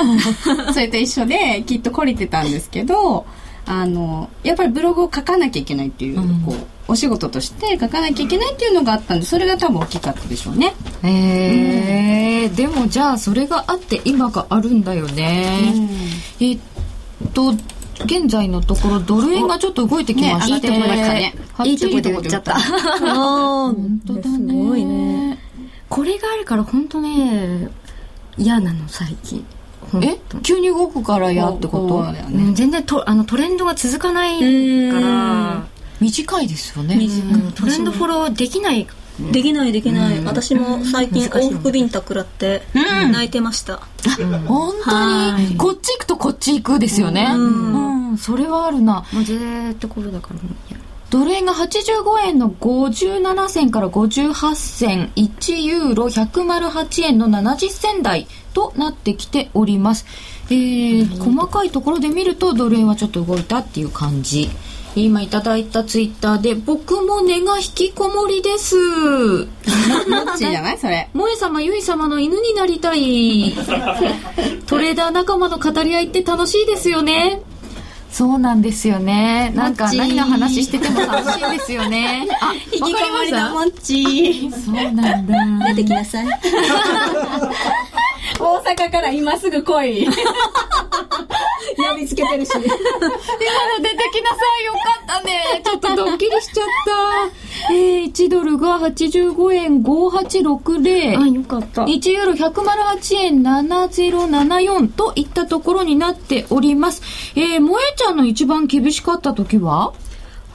[SPEAKER 4] それと一緒できっと懲りてたんですけどあのやっぱりブログを書かなきゃいけないっていう,、こうお仕事として書かなきゃいけないっていうのがあったんでそれが多分大きかったでしょうね
[SPEAKER 3] えー、でもじゃあそれがあって今があるんだよね。えっと、現在のところドル円がちょっと動いてきまして、
[SPEAKER 4] ね上がってきましたね
[SPEAKER 2] いいとこで売っちゃった。
[SPEAKER 1] あ
[SPEAKER 3] 本当だね。
[SPEAKER 1] すごいね。
[SPEAKER 2] これがあるから本当ね、嫌なの、最近。ほんと
[SPEAKER 3] え急に動くからやってこ
[SPEAKER 4] そう
[SPEAKER 3] と
[SPEAKER 4] だよ
[SPEAKER 2] う
[SPEAKER 4] ね
[SPEAKER 2] ん全然とあのトレンドが続かないか
[SPEAKER 1] うん
[SPEAKER 2] ら、
[SPEAKER 3] 短いですよね。
[SPEAKER 2] うんトレンドフォローできない
[SPEAKER 1] できないできない。私も最近往復ビンタ食らって泣いてました。
[SPEAKER 3] 本当
[SPEAKER 1] は
[SPEAKER 3] に、こっち行くとこっち行くですよね。
[SPEAKER 1] うん
[SPEAKER 3] うん、それはあるな。
[SPEAKER 2] もうずーっとこれだからもう嫌
[SPEAKER 3] ドル円が85円の57銭から58銭、1ユーロ108円の70銭台となってきております。えー、細かいところで見るとドル円はちょっと動いたっていう感じ。今いただいたツイッターで、僕も根が引きこもりです。
[SPEAKER 4] どっちじゃない
[SPEAKER 3] *laughs*
[SPEAKER 4] それ
[SPEAKER 3] 萌え様、ゆい様の犬になりたい。トレーダー仲間の語り合いって楽しいですよね。そうなんですよね。なんか何の話してても楽しいですよね。あ、引きこもりだもんち。そうなんだ。
[SPEAKER 1] 出てきなさい。
[SPEAKER 4] 大阪から今すぐ来 *laughs* い
[SPEAKER 1] 呼びつけてるし。
[SPEAKER 3] 今の出てきなさいよかったね。ちょっとドッキリしちゃった。 *laughs* えー、1ドルが85円5860。
[SPEAKER 2] あよかった
[SPEAKER 3] 1ユーロ108円7074といったところになっております。えー、萌えちゃんの一番厳しかった時は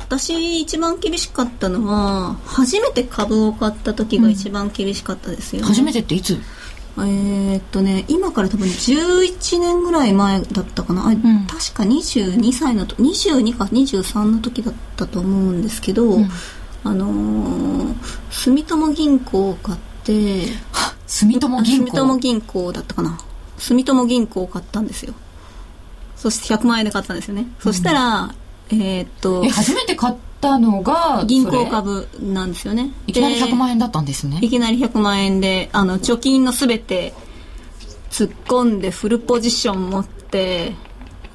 [SPEAKER 1] 私一番厳しかったのは、初めて株を買った時が一番厳しかったですよ、ね
[SPEAKER 3] 初めてっていつ
[SPEAKER 1] えーっとね、今から多分11年ぐらい前だったかな。あ確か22歳のと、22か23の時だったと思うんですけど、あのー住友銀行を買って、
[SPEAKER 3] 住友銀行。
[SPEAKER 1] 住友銀行だったかな住友銀行を買ったんですよそして100万円で買ったんですよね、そしたらえーっと
[SPEAKER 3] え、初めて買ったのが、
[SPEAKER 1] 銀
[SPEAKER 3] それ
[SPEAKER 1] 行株なんですよね
[SPEAKER 3] いきなり100
[SPEAKER 1] 円
[SPEAKER 3] 万円だったんですね
[SPEAKER 1] い。きなり100万円であの貯金のすべて突っ込んでフルポジション持って、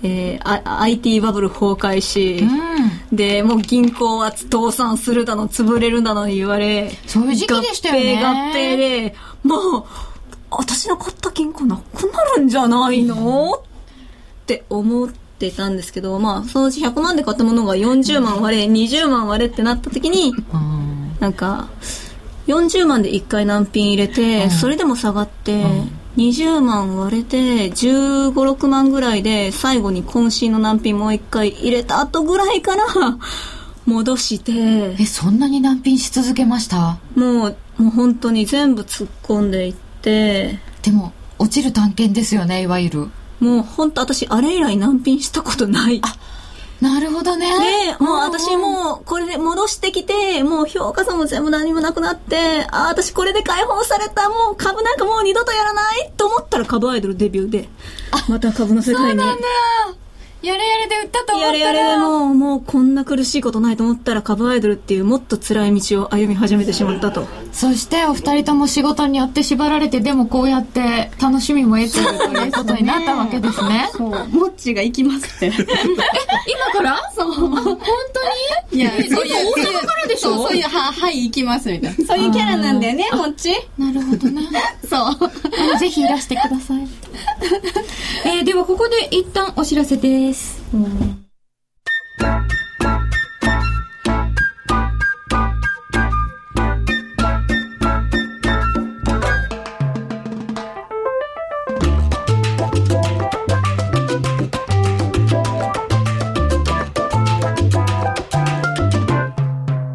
[SPEAKER 1] えーあ IT バブル崩壊し
[SPEAKER 3] うん、。
[SPEAKER 1] でもう銀行は倒産するだの潰れるだの言われ
[SPEAKER 3] そういう時期でしたよね。
[SPEAKER 1] 合併合併で、もう、私の買った銀行なくなるんじゃないのって思ってたんですけど、まあ、そのうち100万で買ったものが40万割れ、20万割れってなった時に、
[SPEAKER 3] うん
[SPEAKER 1] なんか、40万で1回難品入れて、それでも下がって、20万割れて、15、6万ぐらいで、最後に渾身の難品もう1回入れた後ぐらいから、戻して
[SPEAKER 3] え、そんなに難品し続けました
[SPEAKER 1] もうもう本当に全部突っ込んでいって
[SPEAKER 3] でも、落ちる探検ですよね、いわゆる。
[SPEAKER 1] もう本当私あれ以来難品したことない
[SPEAKER 3] なるほどね。
[SPEAKER 1] で、もう私もうこれで戻してきて、もう評価差も全部何もなくなって、ああ、私これで解放された、もう株なんかもう二度とやらないと思ったら株アイドルデビューで、また株の世界に。
[SPEAKER 3] やれやれで売ったと思っ
[SPEAKER 1] や
[SPEAKER 3] た
[SPEAKER 1] れ
[SPEAKER 3] ら。
[SPEAKER 1] やれでもう、もうこんな苦しいことないと思ったら株アイドルっていうもっと辛い道を歩み始めてしまったと。
[SPEAKER 3] そしてお二人とも仕事によって縛られてでもこうやって楽しみも得ているということになったわけですね。
[SPEAKER 4] そう、もっちが行きます *laughs* って。
[SPEAKER 3] 今からそう。本
[SPEAKER 4] いや、そういう、大
[SPEAKER 3] 阪からでしょ
[SPEAKER 4] そうそういう、は、はい、行きますみたいな。そういうキャラなんだよね、もっち。
[SPEAKER 3] 当になるほどね。
[SPEAKER 4] そう。
[SPEAKER 3] あのぜひいらしてください。えーではここで一旦お知らせです。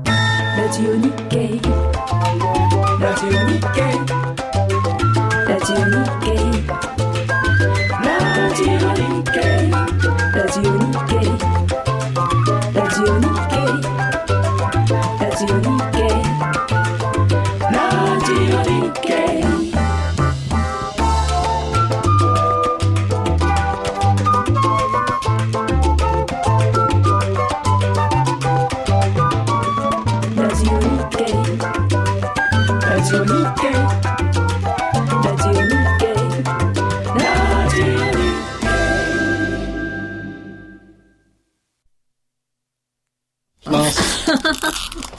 [SPEAKER 7] ラジオ日経ラジオ日経ラジオ日経ラジオ日経ラジオ日経ラジオ日経ラジオ日経ラジオ日経ラジオ日経ラジオ日経ラジオ日経ラジオ日経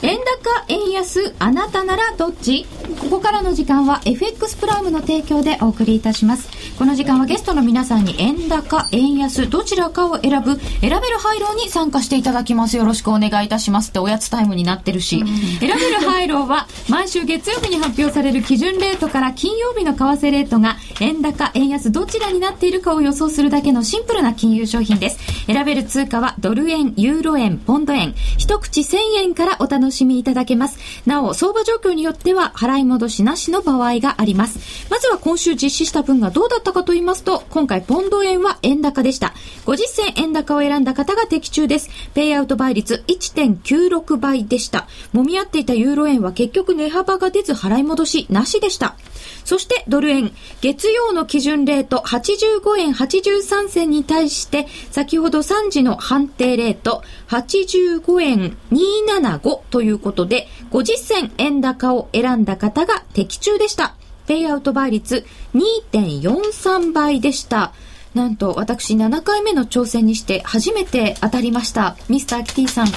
[SPEAKER 3] 円高、円安、あなたならどっちここからの時間は FX プライムの提供でお送りいたします。この時間はゲストの皆さんに円高、円安、どちらかを選ぶ、選べる配慮に参加していただきます。よろしくお願いいたしますっておやつタイムになってるし。選べる配慮は毎週月曜日に発表される基準レートから金曜日の為替レートが円高、円安どちらになっているかを予想するだけのシンプルな金融商品です。選べる通貨はドル円、ユーロ円、ポンド円、一口1000円からお楽しみいただけます。なお、相場状況によっては払い戻しなしの場合があります。まずは今週実施した分がどうだったかと言いますと、今回ポンド円は円高でした。50銭円高を選んだ方が的中です。ペイアウト倍率1.96倍でした。揉み合っていたユーロ円は結局値幅が出ず払い戻しなしでした。そしてドル円、月曜の基準レート85円83銭に対して、先ほど3時の判定レート85円275ということで、50銭円高を選んだ方が的中でした。ペイアウト倍率2.43倍でした。なんと私7回目の挑戦にして初めて当たりました。ミスターキティさん、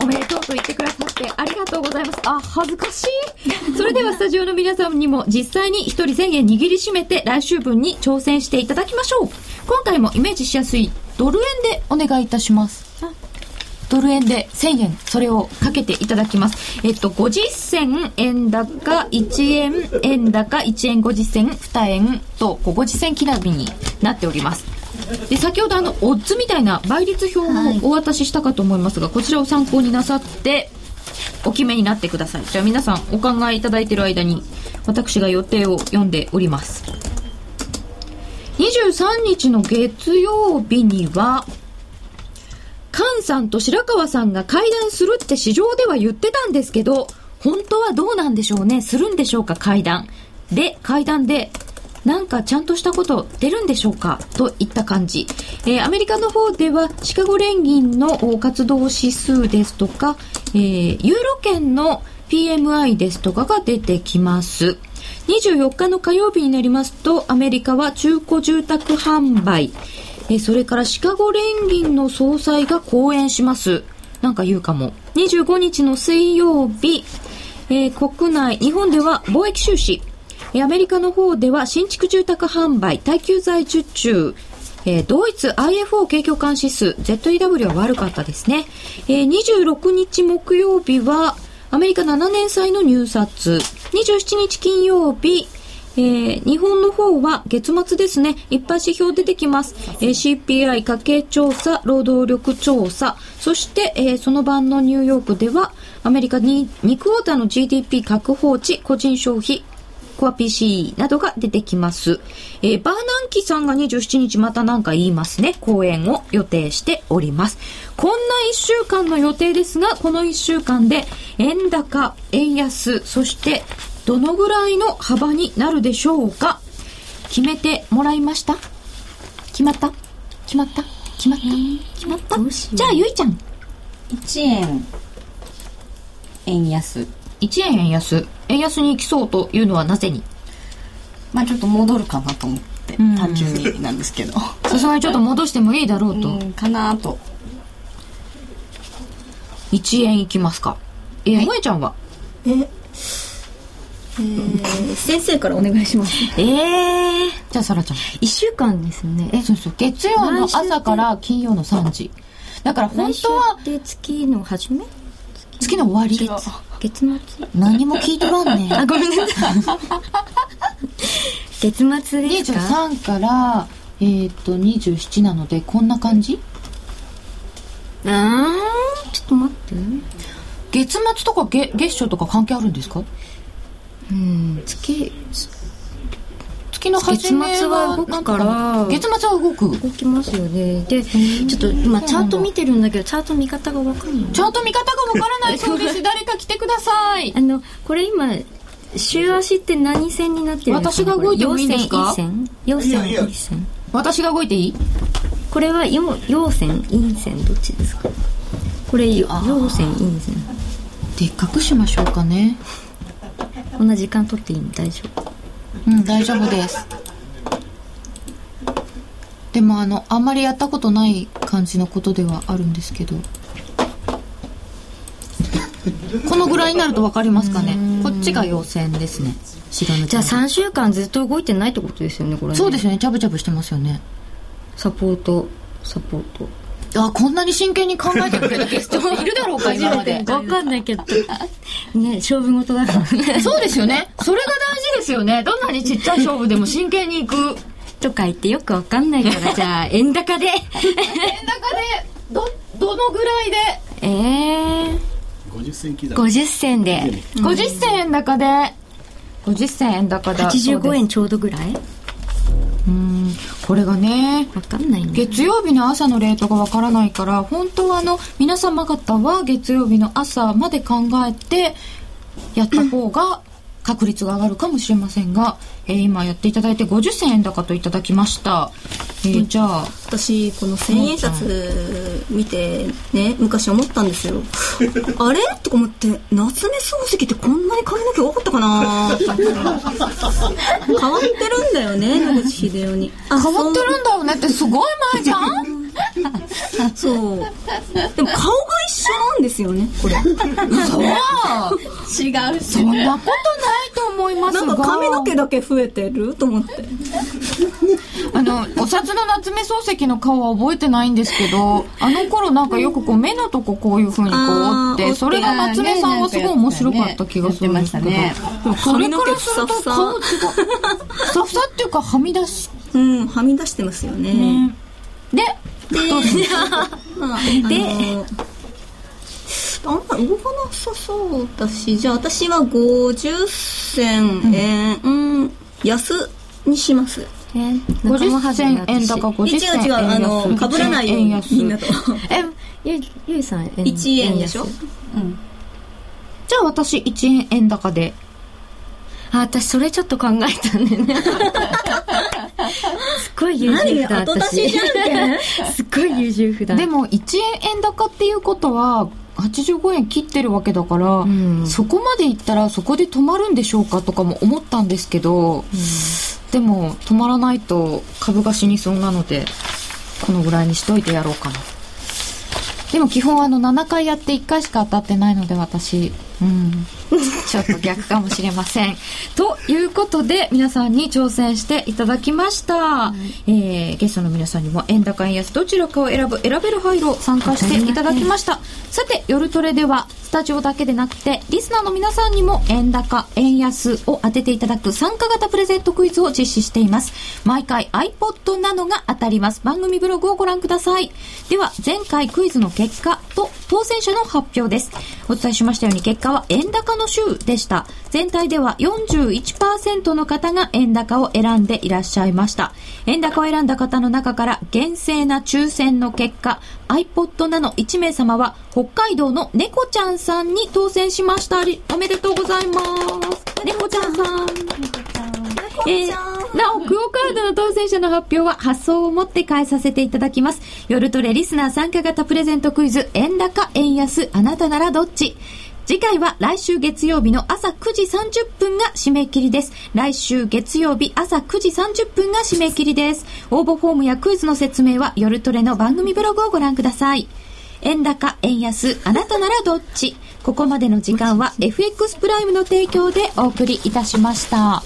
[SPEAKER 3] おめでとうと言ってくださってありがとうございます。あ、恥ずかしい。それではスタジオの皆さんにも実際に一人1000円握りしめて来週分に挑戦していただきましょう。今回もイメージしやすいドル円でお願いいたします。ドル円で1000円、それをかけていただきます。えっと、50銭円高、1円円高、1円50銭、2円と、こう50銭きらびになっております。で、先ほどあの、オッズみたいな倍率表もお渡ししたかと思いますが、こちらを参考になさって、お決めになってください。じゃあ皆さんお考えいただいている間に、私が予定を読んでおります。23日の月曜日には、菅さんと白川さんが会談するって市場では言ってたんですけど、本当はどうなんでしょうねするんでしょうか会談。で、会談で、なんかちゃんとしたこと出るんでしょうかといった感じ。えーアメリカの方ではシカゴ連銀のお活動指数ですとか、えーユーロ圏の PMI ですとかが出てきます。24日の火曜日になりますと、アメリカは中古住宅販売、えーそれからシカゴ連銀の総裁が講演します。なんか言うかも。25日の水曜日、えー国内、日本では貿易収支、えーアメリカの方では新築住宅販売、耐久財受注、えードイツ IFO 景況感指数、ZEW は悪かったですね。えー26日木曜日は、アメリカ7年債の入札、27日金曜日、ええー日本の方は月末ですね、いっぱい指標出てきます。えー CPI 家計調査、労働力調査、そして、えーその晩のニューヨークでは、アメリカに2クォーターの GDP 確保値、個人消費、コア PC などが出てきます。えーバーナンキさんが27日また何か言いますね。講演を予定しております。こんな1週間の予定ですが、この1週間で円高、円安、そしてどのぐらいの幅になるでしょうか決めてもらいました決まった決まった決まった決まったじゃあゆいちゃん。
[SPEAKER 4] 1円円安
[SPEAKER 3] 1円円安。円安に行きそうというのはなぜに
[SPEAKER 4] まあちょっと戻るかなと思って、単純になんですけど
[SPEAKER 3] さすがにちょっと戻してもいいだろうと。
[SPEAKER 4] うんかなと
[SPEAKER 3] 1円いきますか。えー、萌えちゃんは
[SPEAKER 1] 先生からお願いします。
[SPEAKER 2] ええ
[SPEAKER 3] じゃあ、さらちゃん。
[SPEAKER 2] ー、1週間ですよねえ
[SPEAKER 3] そうそう。月曜の朝から金曜の3時。だから本当は
[SPEAKER 2] 来週って月の初め
[SPEAKER 3] 月の終わり。
[SPEAKER 2] 月末
[SPEAKER 6] 何も聞いとらん
[SPEAKER 2] *laughs*
[SPEAKER 6] ね。あ、ごめんなさ
[SPEAKER 2] 月末ですか
[SPEAKER 3] 23から、えーっと、27なので、こんな感じ
[SPEAKER 2] うーんちょっと待って
[SPEAKER 3] 月末とか月月初とか関係あるんですか
[SPEAKER 2] うん月
[SPEAKER 3] 月の初めは
[SPEAKER 2] 月末は動くから
[SPEAKER 3] なん月末は動く。
[SPEAKER 2] 動きますよねでちょっと今チャート見てるんだけどチャート見方が分かんない
[SPEAKER 3] ちゃんと見方がわからないそうです。誰か来てください。
[SPEAKER 2] あのこれ今週足って何線になってるんですか
[SPEAKER 3] 私が動いてもいいんですか
[SPEAKER 2] 陽線陽線陰線陽線陰線
[SPEAKER 3] 私が動いていい
[SPEAKER 2] これは陽陽線陰線どっちですかこれ陽陽線陰線
[SPEAKER 3] でっかくしましょうかね。
[SPEAKER 2] こんな時間取っていいの大丈夫
[SPEAKER 3] うん、大丈夫です。でもあの、あんまりやったことない感じのことではあるんですけど。このぐらいになるとわかりますかね。こっちが陽線ですね。白抜き
[SPEAKER 2] じゃあ3週間ずっと動いてないってことですよねこれね
[SPEAKER 3] そうですよね。チャブチャブしてますよね。
[SPEAKER 2] サポートサポート
[SPEAKER 3] あ、こんなに真剣に考えてくれたゲストいるだろうか、今 *laughs* まで。
[SPEAKER 2] 分かんないけ *laughs* どね勝負事だからね
[SPEAKER 3] そうですよね。それが大事ですよね。どんなにちっちゃい勝負でも真 *laughs* 剣に行く。
[SPEAKER 2] とか言ってよく分かんないからじゃあ円高で
[SPEAKER 3] 円高で、ど、どのぐらいで
[SPEAKER 2] えー、
[SPEAKER 8] 50銭刻み
[SPEAKER 2] 50銭で
[SPEAKER 3] 50銭円高で50銭円高だ
[SPEAKER 2] 85円ちょうどぐらい
[SPEAKER 3] これがね
[SPEAKER 2] 分かんないね
[SPEAKER 3] 月曜日の朝のレートがわからないから本当はあの皆様方は月曜日の朝まで考えてやった方が確率が上がるかもしれませんが、えー今やっていただいて50銭円高といただきました、えーじゃあ
[SPEAKER 1] 私この千円札見てね昔思ったん
[SPEAKER 3] *laughs*
[SPEAKER 1] ですよあれとか思って夏目漱石ってこんなに髪の毛多かったかなと思って変わってるんだよね野口英世にあ
[SPEAKER 3] 変わってるんだよねってすごい前じゃん
[SPEAKER 1] そうそうでも顔が一緒なんですよねこれ
[SPEAKER 3] そう
[SPEAKER 4] 違う
[SPEAKER 3] そ
[SPEAKER 4] し
[SPEAKER 3] んなことないと思います
[SPEAKER 1] な
[SPEAKER 3] が
[SPEAKER 1] んか髪の毛だけ増えてると思って
[SPEAKER 3] あの、お札の夏目漱石の顔は覚えてないんですけど、あの頃なんかよくこう目のとここういう風にこう折っ、
[SPEAKER 1] あー折ってて
[SPEAKER 3] それが夏目さんはすごい面白かった気がするんですけど、
[SPEAKER 4] やってま
[SPEAKER 3] そ
[SPEAKER 1] 髪
[SPEAKER 3] れからすると
[SPEAKER 1] の毛ふさ
[SPEAKER 3] 顔違う。ふさふさっていうかはみ出し
[SPEAKER 1] うんはみ出してますよね
[SPEAKER 3] ね。で、
[SPEAKER 1] まあ、で、あんまり動かなさそうだし、じゃあ私は50銭円、うん、安にします。
[SPEAKER 2] えー仲間
[SPEAKER 3] 50
[SPEAKER 2] 外れ
[SPEAKER 3] 銭
[SPEAKER 2] だ
[SPEAKER 3] 円高、
[SPEAKER 1] 違う
[SPEAKER 3] 50銭
[SPEAKER 1] 違う、
[SPEAKER 3] 円安。
[SPEAKER 1] あの、かぶらないよう
[SPEAKER 3] 円
[SPEAKER 1] に
[SPEAKER 3] 安。
[SPEAKER 1] みんなと。
[SPEAKER 2] えゆゆいさん円
[SPEAKER 1] 1円でしょ
[SPEAKER 2] 円安
[SPEAKER 3] じゃあ私1円円高で。
[SPEAKER 2] あ私それちょっと考えたんだよねすっごい優柔不
[SPEAKER 1] 何
[SPEAKER 2] 断
[SPEAKER 1] 後出しじゃん
[SPEAKER 2] 私すっごい優柔不断
[SPEAKER 3] でも1円円高っていうことは、85円切ってるわけだから、
[SPEAKER 2] うん
[SPEAKER 3] そこまで行ったらそこで止まるんでしょうかとかも思ったんですけど、でも止まらないと株が死にそうなのでこのぐらいにしといてやろうかなでも基本あの7回やって1回しか当たってないので私うんちょっと逆かもしれませんということで皆さんに挑戦していただきました、えーゲストの皆さんにも円高円安どちらかを選ぶ選べる配慮参加していただきましたさて夜トレでは
[SPEAKER 5] スタジオだけでなくて、リスナーの皆さんにも円高、円安を当てていただく参加型プレゼントクイズを実施しています。毎回 iPod なのが当たります。番組ブログをご覧ください。では、前回クイズの結果と当選者の発表です。お伝えしましたように結果は円高の週でした。全体では41%の方が円高を選んでいらっしゃいました。円高を選んだ方の中から厳正な抽選の結果、iPod なの1名様は北海道の猫ちゃんさんに当選しました。ありおめでとうございます。猫ちゃんさん。えーなお、クオカードの当選者の発表は発送をもって返させていただきます。夜トレリスナー参加型プレゼントクイズ、円高、円安、あなたならどっち次回は来週月曜日の朝9時30分が締め切りです。来週月曜日朝9時30分が締め切りです。応募フォームやクイズの説明は夜トレの番組ブログをご覧ください。円高、円安、あなたならどっちここまでの時間は FX プライムの提供でお送りいたしました。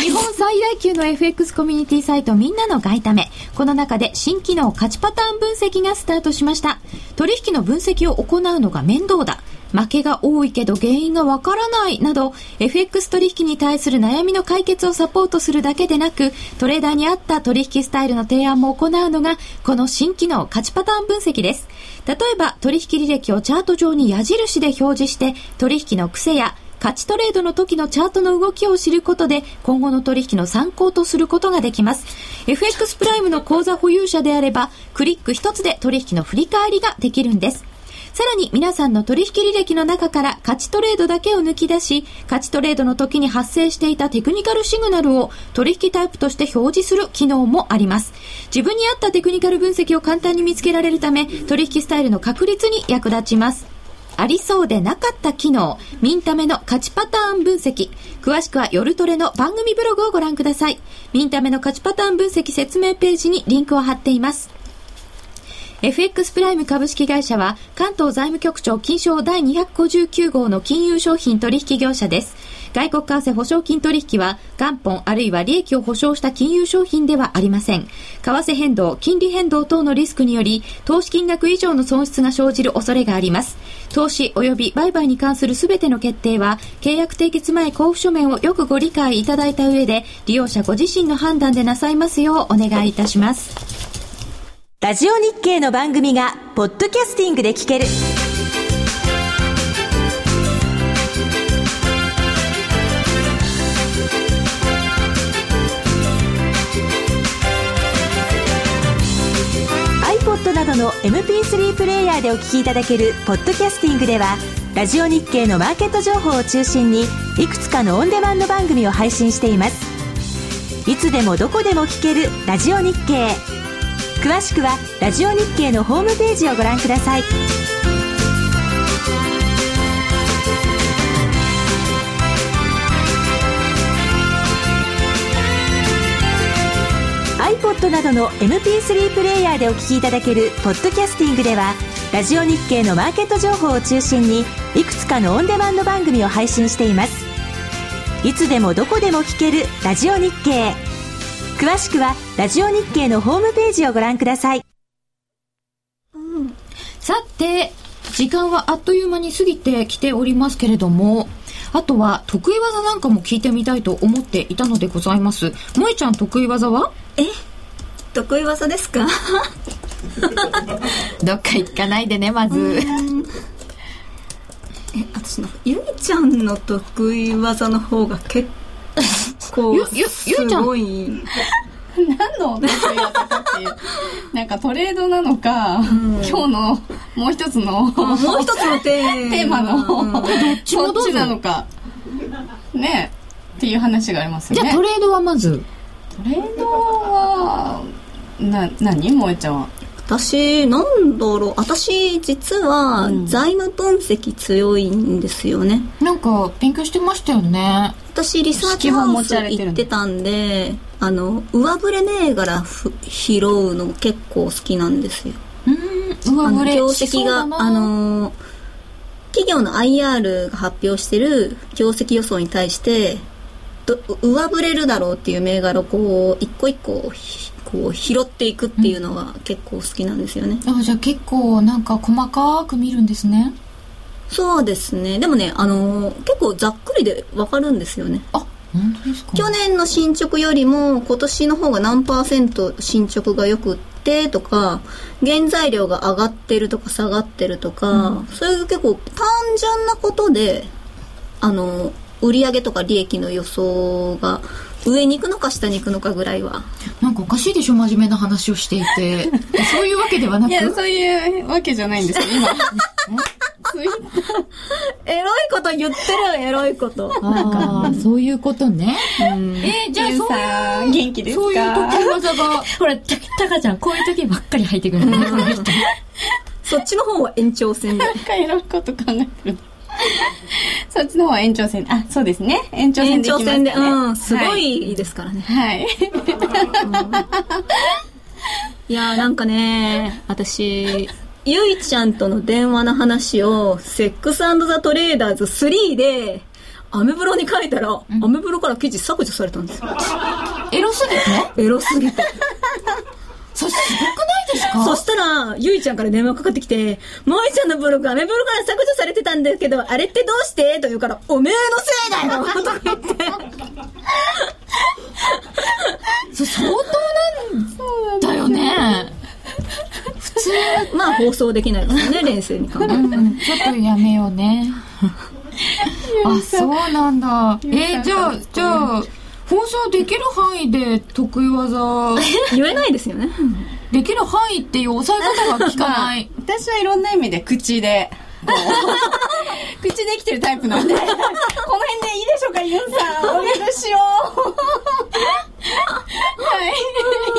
[SPEAKER 5] 日本最大級の FX コミュニティサイトみんなの外為。この中で新機能価値パターン分析がスタートしました。取引の分析を行うのが面倒だ。負けが多いけど原因がわからないなど FX 取引に対する悩みの解決をサポートするだけでなくトレーダーに合った取引スタイルの提案も行うのがこの新機能価値パターン分析です例えば取引履歴をチャート上に矢印で表示して取引の癖や勝ちトレードの時のチャートの動きを知ることで今後の取引の参考とすることができます FX プライムの口座保有者であればクリック一つで取引の振り返りができるんですさらに皆さんの取引履歴の中から勝ちトレードだけを抜き出し、勝ちトレードの時に発生していたテクニカルシグナルを取引タイプとして表示する機能もあります。自分に合ったテクニカル分析を簡単に見つけられるため、取引スタイルの確立に役立ちます。ありそうでなかった機能、ミンタメの勝ちパターン分析。詳しくは夜トレの番組ブログをご覧ください。ミンタメの勝ちパターン分析説明ページにリンクを貼っています。FX プライム株式会社は関東財務局長金賞第259号の金融商品取引業者です。外国為替保証金取引は元本あるいは利益を保証した金融商品ではありません。為替変動、金利変動等のリスクにより投資金額以上の損失が生じる恐れがあります。投資及び売買に関するすべての決定は契約締結前交付書面をよくご理解いただいた上で利用者ご自身の判断でなさいますようお願いいたします。
[SPEAKER 9] ラジオ日経の番組がポッドキャスティングで聞ける。iPod などの MP3 プレイヤーでお聞きいただけるポッドキャスティングでは、ラジオ日経のマーケット情報を中心に、いくつかのオンデマンド番組を配信しています。いつでもどこでも聞けるラジオ日経。詳しくはラジオ日経のホームページをご覧ください「iPod などの MP3 プレイヤーでお聞きいただける「ポッドキャスティング」ではラジオ日経のマーケット情報を中心にいくつかのオンデマンド番組を配信していますいつでもどこでも聞ける「ラジオ日経」詳しくはラジオ日経のホームページをご覧ください
[SPEAKER 5] さて、時間はあっという間に過ぎてきておりますけれども、あとは得意技なんかも聞いてみたいと思っていたのでございます。萌ちゃん得意技は
[SPEAKER 1] 得意技ですか
[SPEAKER 5] どっか行かないでね、まず。
[SPEAKER 1] *laughs* え私のゆみちゃんの得意技の方が結構
[SPEAKER 5] ゆゆゆみちゃん
[SPEAKER 1] すごい
[SPEAKER 4] 何の音声がかっていう *laughs* なんかトレードなのか、今日のもう一つの
[SPEAKER 1] あもう一つのテーマ
[SPEAKER 4] *laughs* テーマの、どっ
[SPEAKER 5] ちもどうぞ
[SPEAKER 4] なのかねっていう話があります
[SPEAKER 5] じ
[SPEAKER 4] よ
[SPEAKER 5] ゃ
[SPEAKER 4] ね
[SPEAKER 5] あトレードはまず。
[SPEAKER 4] トレードはな何萌えちゃんは
[SPEAKER 1] 私なんだろう私実は財務分析強いんですよね、
[SPEAKER 5] なんか勉強してましたよね。
[SPEAKER 1] 私リサーチハウス行ってたんであの上振れ銘柄ふ拾うの結構好きなんですよ
[SPEAKER 5] うん、上
[SPEAKER 1] あ
[SPEAKER 5] 振
[SPEAKER 1] の
[SPEAKER 5] れ
[SPEAKER 1] 業
[SPEAKER 5] しそ
[SPEAKER 1] 績
[SPEAKER 5] う
[SPEAKER 1] が
[SPEAKER 5] だな
[SPEAKER 1] あの企業の IR が発表してる業績予想に対してど上振れるだろうっていう銘柄をこう一個一個ひこう拾っていくっていうのが結構好きなんですよね、
[SPEAKER 5] あじゃあ結構なんか細かく見るんですね。
[SPEAKER 1] そうですねでもねあのー結構ざっくりで分かるんですよね
[SPEAKER 3] 本当ですか
[SPEAKER 1] 去年の進捗よりも今年の方が何パーセント進捗がよくってとか原材料が上がってるとか下がってるとか、そういう結構単純なことであの売上とか利益の予想が上に行くのか下に行くのかぐらいは
[SPEAKER 3] なんかおかしいでしょ真面目な話をしていて *laughs* そういうわけではない
[SPEAKER 4] や、
[SPEAKER 3] く
[SPEAKER 4] そういうわけじゃないんですよ、今。
[SPEAKER 1] エロいこと言ってるエロいこと
[SPEAKER 3] ああそういうことね、えーじゃあ
[SPEAKER 4] ゆう
[SPEAKER 3] そういう
[SPEAKER 4] さん、元気ですか
[SPEAKER 3] そういう得意技が
[SPEAKER 2] ほら、たたかちゃん、こういう時ばっかり入ってくるのね。この人
[SPEAKER 1] *laughs* そっちの方は延長戦で
[SPEAKER 4] なんかいろんなこと考えてる。そっちの方は延長戦、あ、そうですね。延長戦
[SPEAKER 1] *laughs* 延
[SPEAKER 4] でいきま
[SPEAKER 1] 長
[SPEAKER 4] すか、ね。
[SPEAKER 1] 戦でうんすご
[SPEAKER 4] はい
[SPEAKER 1] いいですからね、
[SPEAKER 4] はい。
[SPEAKER 1] いやーなんかね、私、ゆいちゃんとの電話の話を、セックスザ・トレーダーズ3で、アメブロに書いたら、アメブロから記事削除されたんですよ。
[SPEAKER 3] エロすぎて
[SPEAKER 1] エロすぎて。
[SPEAKER 3] それすごくないですか
[SPEAKER 1] そしたら、ゆいちゃんから電話かかってきて、萌ちゃんのブログアメブロから削除されてたんだけど、あれってどうしてと言うから、おめえのせいだよとか言って。
[SPEAKER 3] そ相当なんだよね
[SPEAKER 1] まあ放送できないですね、冷静に考えて。
[SPEAKER 3] うんちょっとやめようねあそうなんだえーじゃあじゃあ放送できる範囲で得意技
[SPEAKER 1] 言えないですよね。
[SPEAKER 3] できる範囲っていう抑え方が効かない *laughs*
[SPEAKER 4] 私はいろんな意味で口で。こう口で生きてるタイプなんで。この辺でいいでしょうか、ユンさん。お許しを。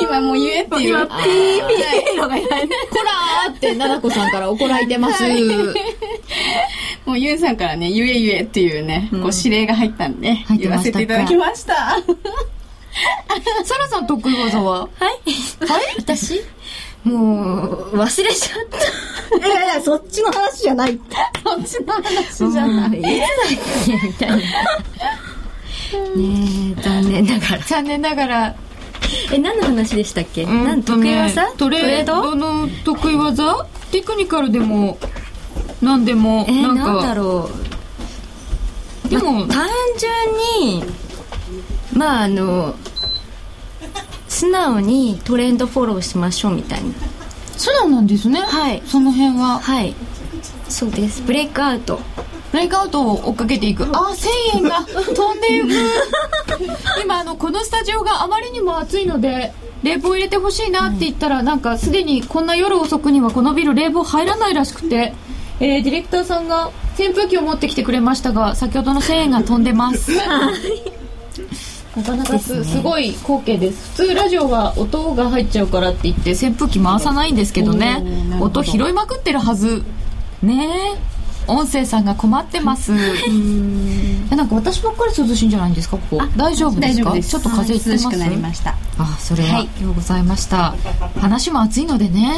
[SPEAKER 4] はい。今もう言えっていう。今、ピーピーのがいない。
[SPEAKER 3] こらーって奈々子さんから怒られてます
[SPEAKER 4] もうユンさんからね、言え言えっていうね、こう指令が入ったんで、
[SPEAKER 3] 入って
[SPEAKER 4] 言
[SPEAKER 3] ま
[SPEAKER 4] わ
[SPEAKER 3] した
[SPEAKER 4] せ
[SPEAKER 3] か
[SPEAKER 4] ていただきました。
[SPEAKER 3] サラさん得意技は
[SPEAKER 2] 私もう、忘れちゃった。
[SPEAKER 1] いやいや、そっちの話じゃないって。
[SPEAKER 4] そっちの話じゃない。
[SPEAKER 2] みたいな。ねえ、残念ながら。
[SPEAKER 3] 残念なが *laughs* ら
[SPEAKER 2] え、何の話でしたっけ、なん
[SPEAKER 3] と
[SPEAKER 2] 得意技
[SPEAKER 3] トレードの得意技テクニカルでも何でも、
[SPEAKER 2] えー、
[SPEAKER 3] な
[SPEAKER 2] なん
[SPEAKER 3] んか
[SPEAKER 2] だろう。
[SPEAKER 3] でも
[SPEAKER 2] 単純に、まああの、素直にトレンドフォローしましょうみたいな。
[SPEAKER 3] 素直なんですね
[SPEAKER 2] はい
[SPEAKER 3] その辺は
[SPEAKER 2] はい。そうです。ブレイクアウト。
[SPEAKER 3] ブレイクアウトを追っかけていくあ1000円が飛んでいく今あのこのスタジオがあまりにも暑いので冷房入れてほしいなって言ったら、なんかすでにこんな夜遅くにはこのビル冷房入らないらしくて、えー、ディレクターさんが扇風機を持ってきてくれましたが先ほどの1000円が飛んでます *laughs* なかなかす,、ごい光景です普通ラジオは音が入っちゃうからって言って扇風機回さないんですけどね音拾いまくってるはずねえ音声さんが困ってますえなんか私ばっかり涼しいんじゃないんですかここ大丈夫で
[SPEAKER 4] 大
[SPEAKER 3] す
[SPEAKER 4] 丈
[SPEAKER 3] か
[SPEAKER 4] 夫です。
[SPEAKER 3] ちょっと風邪ひ
[SPEAKER 4] 涼
[SPEAKER 3] い
[SPEAKER 4] して
[SPEAKER 3] ま
[SPEAKER 4] く
[SPEAKER 3] す
[SPEAKER 4] なりました。
[SPEAKER 3] あそれは、ようございました話も熱いのでね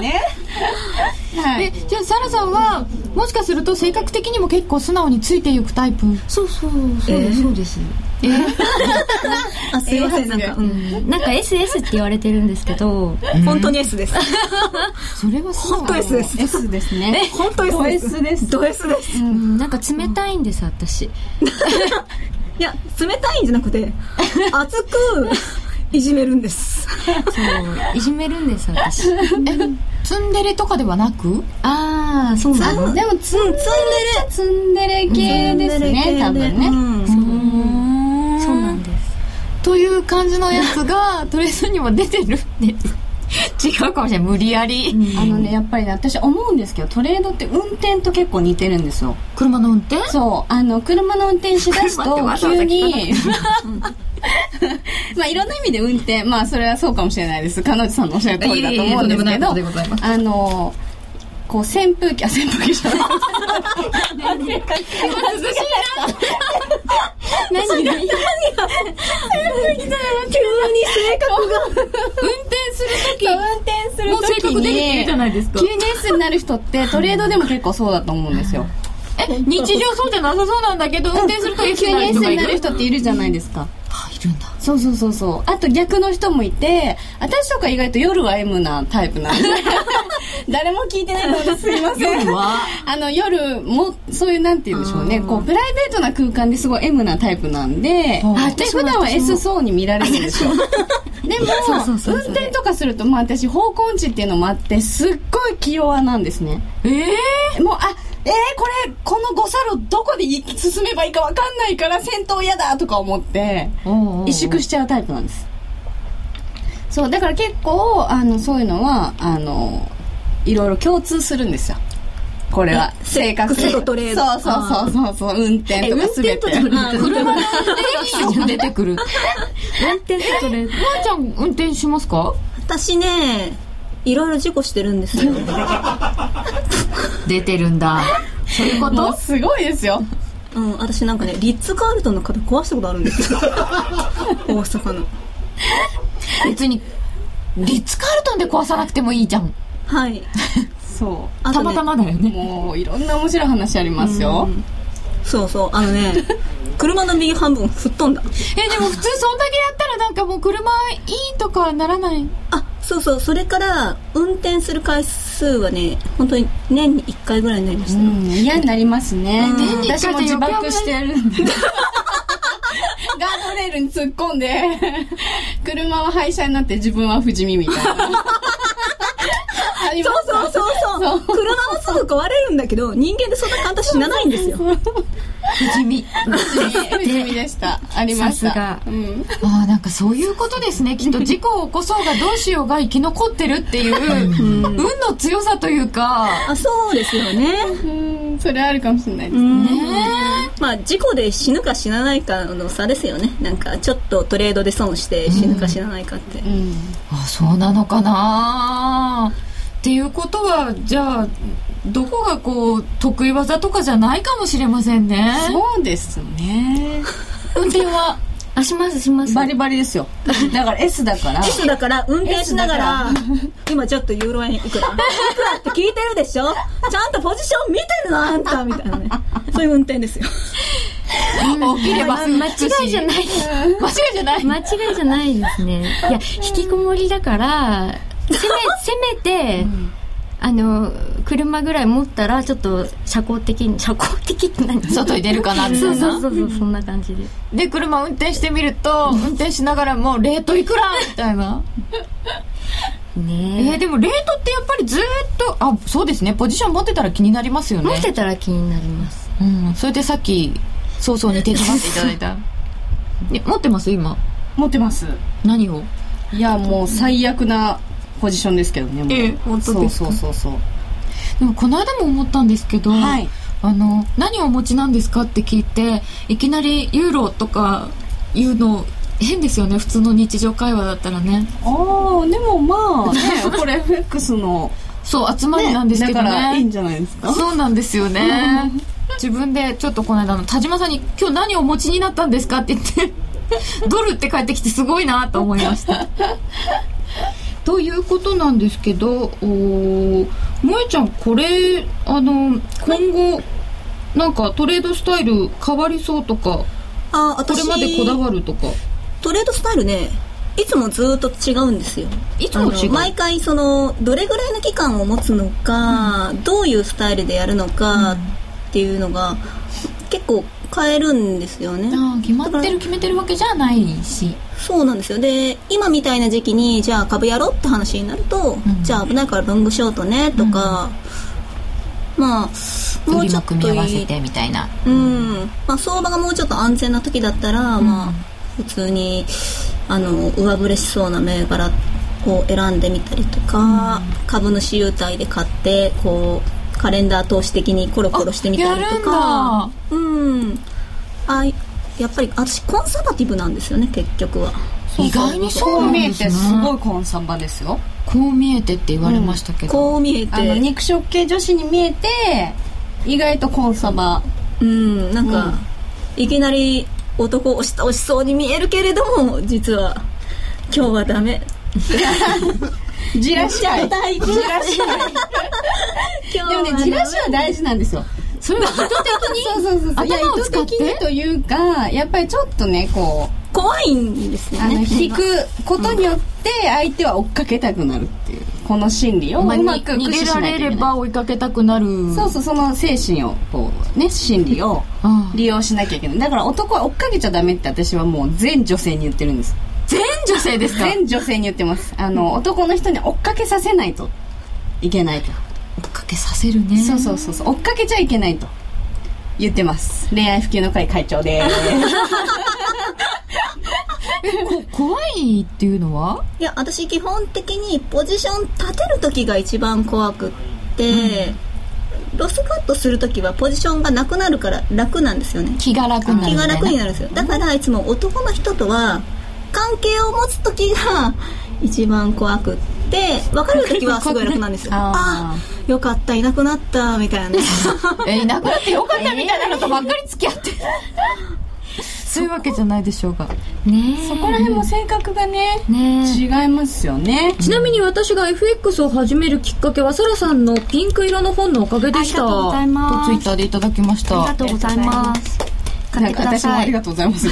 [SPEAKER 4] ね。は
[SPEAKER 3] え
[SPEAKER 4] い。
[SPEAKER 3] じゃあサラさんはもしかすると性格的にも結構素直についていくタイプ
[SPEAKER 2] そうそう、そうです、そうです。
[SPEAKER 1] あ、すいません、なんか、うん。
[SPEAKER 2] なんか SS って言われてるんですけど、
[SPEAKER 1] 本当に S です。
[SPEAKER 3] それは素直
[SPEAKER 1] 本当 S です。
[SPEAKER 4] S ですね。
[SPEAKER 1] 本当 S です。
[SPEAKER 4] ド S です
[SPEAKER 1] ド S です。
[SPEAKER 2] うんなんか冷たいんです、私。
[SPEAKER 1] いや、冷たいんじゃなくて、熱くいじめるんです。
[SPEAKER 2] そう、いじめるんで
[SPEAKER 8] *laughs*
[SPEAKER 2] す、私。
[SPEAKER 3] ツンデレとかではなく
[SPEAKER 2] ああ、そうなの
[SPEAKER 4] でもツン、ツンデレ、ツンデレ系ですね、多分ね。
[SPEAKER 1] ね。
[SPEAKER 2] そうなんです。
[SPEAKER 3] という感じのやつがトレードにも出てるんです違うかもしれない無理やり、
[SPEAKER 4] あのね、やっぱりね、私思うんですけど、トレードって運転と結構似てるんですよ。
[SPEAKER 3] 車の運転
[SPEAKER 4] そう、あの、車の運転しだすと、急に、 *laughs* まあ、いろんな意味で運転、まあ、それはそうかもしれないです。彼女さんのおっしゃる通りだと思うんですけど、
[SPEAKER 3] ございま
[SPEAKER 4] あの、こう、扇風機、あ、扇風機じゃない。
[SPEAKER 3] 運転する
[SPEAKER 2] 何が
[SPEAKER 4] そう運転する
[SPEAKER 3] もう性
[SPEAKER 4] 時
[SPEAKER 3] 格出てきる
[SPEAKER 4] に
[SPEAKER 3] じゃないですか
[SPEAKER 4] 急に S になる人ってトレードでも結構そうだと思うんですよ
[SPEAKER 3] 時え日常そうじゃなさそうなんだけど運転すると S
[SPEAKER 4] 急
[SPEAKER 3] にな
[SPEAKER 4] に
[SPEAKER 3] る
[SPEAKER 4] S
[SPEAKER 3] 人が
[SPEAKER 4] に
[SPEAKER 3] い
[SPEAKER 4] なる
[SPEAKER 3] る
[SPEAKER 4] 人っているじゃないですか
[SPEAKER 3] あいるんだ
[SPEAKER 4] そうそうそ
[SPEAKER 3] *laughs*
[SPEAKER 4] うそうあと逆の人もいて私とか意外と夜は M なタイプなんです誰も聞いてないのですいません *laughs* あの夜もそういうなんて言うんでしょうねこうプライベートな空間ですごい M なタイプなんで
[SPEAKER 3] は
[SPEAKER 4] で普段は S そうに見られるで
[SPEAKER 3] *laughs*
[SPEAKER 4] しょでも
[SPEAKER 3] そうそうそう
[SPEAKER 4] 運転とかすると、まあ、私方向音痴っていうのもあってすっごい気弱なんですね
[SPEAKER 3] ええ
[SPEAKER 4] もうあえー、これこの五差路どこで行き進めばいいかわかんないから先頭嫌だとか思って萎縮しちゃうタイプなんですそうだから結構あのそういうのはあのいろいろ共通するんですよこれは性格
[SPEAKER 1] セックスとトレード
[SPEAKER 4] そうそうそうそうそう運転とか全て
[SPEAKER 3] 車の運転手出てくる。
[SPEAKER 2] 運転手とれ
[SPEAKER 3] まーちゃん運転しますか
[SPEAKER 1] 私ねいろいろ事故してるんですよ
[SPEAKER 3] 出てるんだ。そういうこ
[SPEAKER 4] もう
[SPEAKER 3] と
[SPEAKER 4] すごいですよ
[SPEAKER 1] うん私なんかねリッツ・カールトンの方壊したことあるんですよ大阪の
[SPEAKER 3] 別に、リッツカールトンで壊さなくてもいいじゃん。
[SPEAKER 1] はい
[SPEAKER 4] そ
[SPEAKER 1] あ
[SPEAKER 3] た
[SPEAKER 1] とね
[SPEAKER 3] またまだよ
[SPEAKER 4] う
[SPEAKER 3] ね。
[SPEAKER 4] もういろんな面白い話ありますよ
[SPEAKER 1] そうそうあのね車の右半分吹っ飛んだ
[SPEAKER 3] え、でも普通そんだけやったらなんかもう車いいとかならない。
[SPEAKER 1] あそうそうそれから運転する回数はね本当に年に1回ぐらいになりまし
[SPEAKER 4] う
[SPEAKER 1] た、
[SPEAKER 4] ん、嫌になりますね。
[SPEAKER 3] 年に一
[SPEAKER 4] 私
[SPEAKER 3] 回
[SPEAKER 4] も
[SPEAKER 3] じゃ
[SPEAKER 4] 自
[SPEAKER 3] 余計
[SPEAKER 4] 爆してるんで。 *laughs* ガードレールに突っ込んで、車は廃車になって自分は不死身みたい *laughs* な。ありま
[SPEAKER 1] そう
[SPEAKER 4] す
[SPEAKER 1] そうそうそう車もすぐ壊れるんだけど人間ってそんな簡単に死なないんですよ
[SPEAKER 3] 不死身。
[SPEAKER 4] 不死身 *laughs* でした。ありました。
[SPEAKER 3] さす
[SPEAKER 4] うん。
[SPEAKER 3] ああ、なんかそういうことですね。きっと事故を起こそうがどうしようが生き残ってるっていう、運の強さというか、
[SPEAKER 1] あそうですよね
[SPEAKER 4] うん、それあるかもしれないです。
[SPEAKER 3] ね
[SPEAKER 1] まあ事故で死ぬか死なないかの差ですよねなんかちょっとトレードで損して死ぬか死なないかって、
[SPEAKER 4] うん。
[SPEAKER 3] あそうなのかなっていうことはじゃあどこがこう得意技とかじゃないかもしれませんね
[SPEAKER 4] そうですね。
[SPEAKER 3] 運転は
[SPEAKER 2] あしますします
[SPEAKER 4] バリバリですよ。だから S だから。
[SPEAKER 1] S だから運転しながら今ちょっとユーロ円いくらいくらって聞いてるでしょちゃんとポジション見てるなあんたみたいなねそういう運転ですよ
[SPEAKER 3] 起きれば
[SPEAKER 2] 間違いじゃない
[SPEAKER 3] 間違いじゃない
[SPEAKER 2] 間違いじゃないですねいや引きこもりだから
[SPEAKER 8] *laughs*
[SPEAKER 2] せめせめて、あの車ぐらい持ったらちょっと社交的に社交的って何
[SPEAKER 3] 外に出るかなみた
[SPEAKER 2] そう
[SPEAKER 3] い
[SPEAKER 2] そう
[SPEAKER 3] な
[SPEAKER 2] そうそうそんな感じで
[SPEAKER 3] で車運転してみると運転しながらもうレートいくらみたいなえ
[SPEAKER 2] ね
[SPEAKER 3] ー、でもレートってやっぱりずーっとあそうですねポジション持ってたら気になりますよ
[SPEAKER 2] え
[SPEAKER 3] ね
[SPEAKER 2] 持ってたら気になります
[SPEAKER 3] うんそれでさっき早々に手伝っていただい
[SPEAKER 2] *laughs*
[SPEAKER 3] たね持ってます今
[SPEAKER 4] 持ってます。
[SPEAKER 3] 何を
[SPEAKER 4] いや、もう最悪なポジションですけどね。もう
[SPEAKER 3] ええ
[SPEAKER 1] 本当です
[SPEAKER 4] そうそうそうそ
[SPEAKER 3] でもこの間も思ったんですけど、
[SPEAKER 4] う。はい。
[SPEAKER 3] あの何をお持ちなんですかって聞いていきなりユーロとか言うの変ですよね普通の日常会話だったらね
[SPEAKER 4] ああでもま
[SPEAKER 3] *laughs*
[SPEAKER 4] あねこれ FX の、
[SPEAKER 3] そう集まり
[SPEAKER 4] ね、
[SPEAKER 3] なんですけど
[SPEAKER 4] だ
[SPEAKER 3] ね
[SPEAKER 4] からいいんじゃないですか
[SPEAKER 3] そうなんですよね *laughs* 自分でちょっとこの間あの田島さんに「今日何をお持ちになったんですか?」って言って *laughs* 「ドル」って帰ってきてすごいなと思いました *laughs* ということなんですけどお萌えちゃんこれあの今後なんかトレードスタイル変わりそうとか
[SPEAKER 1] あ
[SPEAKER 3] こ
[SPEAKER 1] 私
[SPEAKER 3] れまでこだわるとか
[SPEAKER 1] トレードスタイルねいつもずっと違うんですよ
[SPEAKER 3] いつ
[SPEAKER 1] あ
[SPEAKER 3] も違
[SPEAKER 1] の
[SPEAKER 3] う
[SPEAKER 1] 毎回そのどれぐらいの期間を持つのか、どういうスタイルでやるのかっていうのが結構変えるんですよね
[SPEAKER 3] ああ決まってる決めてるわけじゃないし
[SPEAKER 1] そうなんですよで今みたいな時期にじゃあ株やろうって話になると、
[SPEAKER 3] ん
[SPEAKER 1] じゃあ危ないからロングショートねとか、まあも
[SPEAKER 3] 売
[SPEAKER 1] う
[SPEAKER 3] り
[SPEAKER 1] ちょ
[SPEAKER 3] も
[SPEAKER 1] っ
[SPEAKER 3] 組み
[SPEAKER 1] と
[SPEAKER 3] 合
[SPEAKER 1] い
[SPEAKER 3] わせ
[SPEAKER 1] い
[SPEAKER 3] てみたいな
[SPEAKER 1] うんまあ、相場がもうちょっと安全な時だったら、まあ、普通にあの上振れしそうな銘柄を選んでみたりとか、株主優待で買ってこうカレンダー投資的にコロコロしてみたりとか
[SPEAKER 3] あ
[SPEAKER 1] うんあいやっぱり私コンサバティブなんですよね結局は
[SPEAKER 3] 意外にそう
[SPEAKER 4] こ
[SPEAKER 3] な
[SPEAKER 4] うん見
[SPEAKER 3] で
[SPEAKER 4] え
[SPEAKER 3] すね
[SPEAKER 4] てすごいコンサバですよ
[SPEAKER 3] こう見えてって言われましたけど、
[SPEAKER 1] こう見え
[SPEAKER 4] あの
[SPEAKER 1] て
[SPEAKER 4] 肉食系女子に見えて意外とコンサバ
[SPEAKER 1] うんなんか、いきなり男を押し押しそうに見えるけれども実は今日はダメ
[SPEAKER 4] じらし合い
[SPEAKER 1] 痛い
[SPEAKER 4] じらし合い
[SPEAKER 1] 今日
[SPEAKER 4] で
[SPEAKER 1] は
[SPEAKER 4] もねじらしは大事なんですよ
[SPEAKER 3] それは意図
[SPEAKER 4] *laughs* そうそうそうそういや意
[SPEAKER 3] 頭を
[SPEAKER 4] 図
[SPEAKER 3] 使って
[SPEAKER 4] 的にというかやっぱりちょっとねこう
[SPEAKER 1] 怖いんですよ
[SPEAKER 4] あの
[SPEAKER 1] ね
[SPEAKER 4] 引くことによって相手は追っかけたくなるっていうこの心理をう
[SPEAKER 3] まあ
[SPEAKER 4] まく
[SPEAKER 3] に
[SPEAKER 4] 駆
[SPEAKER 3] 逃げ
[SPEAKER 4] 使し
[SPEAKER 3] ら
[SPEAKER 4] ない
[SPEAKER 3] れ
[SPEAKER 4] といけ
[SPEAKER 3] れ
[SPEAKER 4] ない
[SPEAKER 3] ば追いかけたくなる
[SPEAKER 4] そうそうその精神をこうね心理を
[SPEAKER 3] ああ
[SPEAKER 4] 利用しなきゃいけないだから男は追っかけちゃダメって私はもう全女性に言ってるんです
[SPEAKER 3] 全女性ですか
[SPEAKER 4] 全女性に言ってますあの男の人に追っかけさせないといけないと
[SPEAKER 3] 追っかけさせるね
[SPEAKER 4] そうそうそうそう追っかけちゃいけないと言ってます恋愛普及の会会長です
[SPEAKER 3] こ怖いっていうのはい
[SPEAKER 1] や私基本的にポジション立てる時が一番怖くって、ロスカットする時はポジションがなくなるから楽なんですよね
[SPEAKER 3] 気が楽になる
[SPEAKER 1] 気
[SPEAKER 3] みた
[SPEAKER 1] が
[SPEAKER 3] いな
[SPEAKER 1] 楽になるんですよだからいつも男の人とは関係を持つ時が一番怖くって別れる時はすごい楽なんですよあ
[SPEAKER 4] あ
[SPEAKER 1] あよかったいなくなったみ *laughs* たいな
[SPEAKER 3] えいなくなってよかったみたいなのとばっかり付き合
[SPEAKER 4] *laughs*
[SPEAKER 3] ってるそういうわけじゃないでしょうが
[SPEAKER 2] ね
[SPEAKER 4] そこら辺も性格がね
[SPEAKER 2] えね
[SPEAKER 4] 違いますよね
[SPEAKER 8] ちなみに私が FX を始めるきっかけはサラさんのピンク色の本のおかげでした
[SPEAKER 2] ありがとうござい
[SPEAKER 3] と
[SPEAKER 2] ます
[SPEAKER 3] ツイッターでいただきまし
[SPEAKER 2] あり
[SPEAKER 3] た
[SPEAKER 2] がとうございます買
[SPEAKER 4] な
[SPEAKER 2] っ
[SPEAKER 4] ん
[SPEAKER 2] て
[SPEAKER 4] か
[SPEAKER 2] くだ
[SPEAKER 4] 私も
[SPEAKER 2] さ
[SPEAKER 4] あり
[SPEAKER 2] い
[SPEAKER 4] がとうございます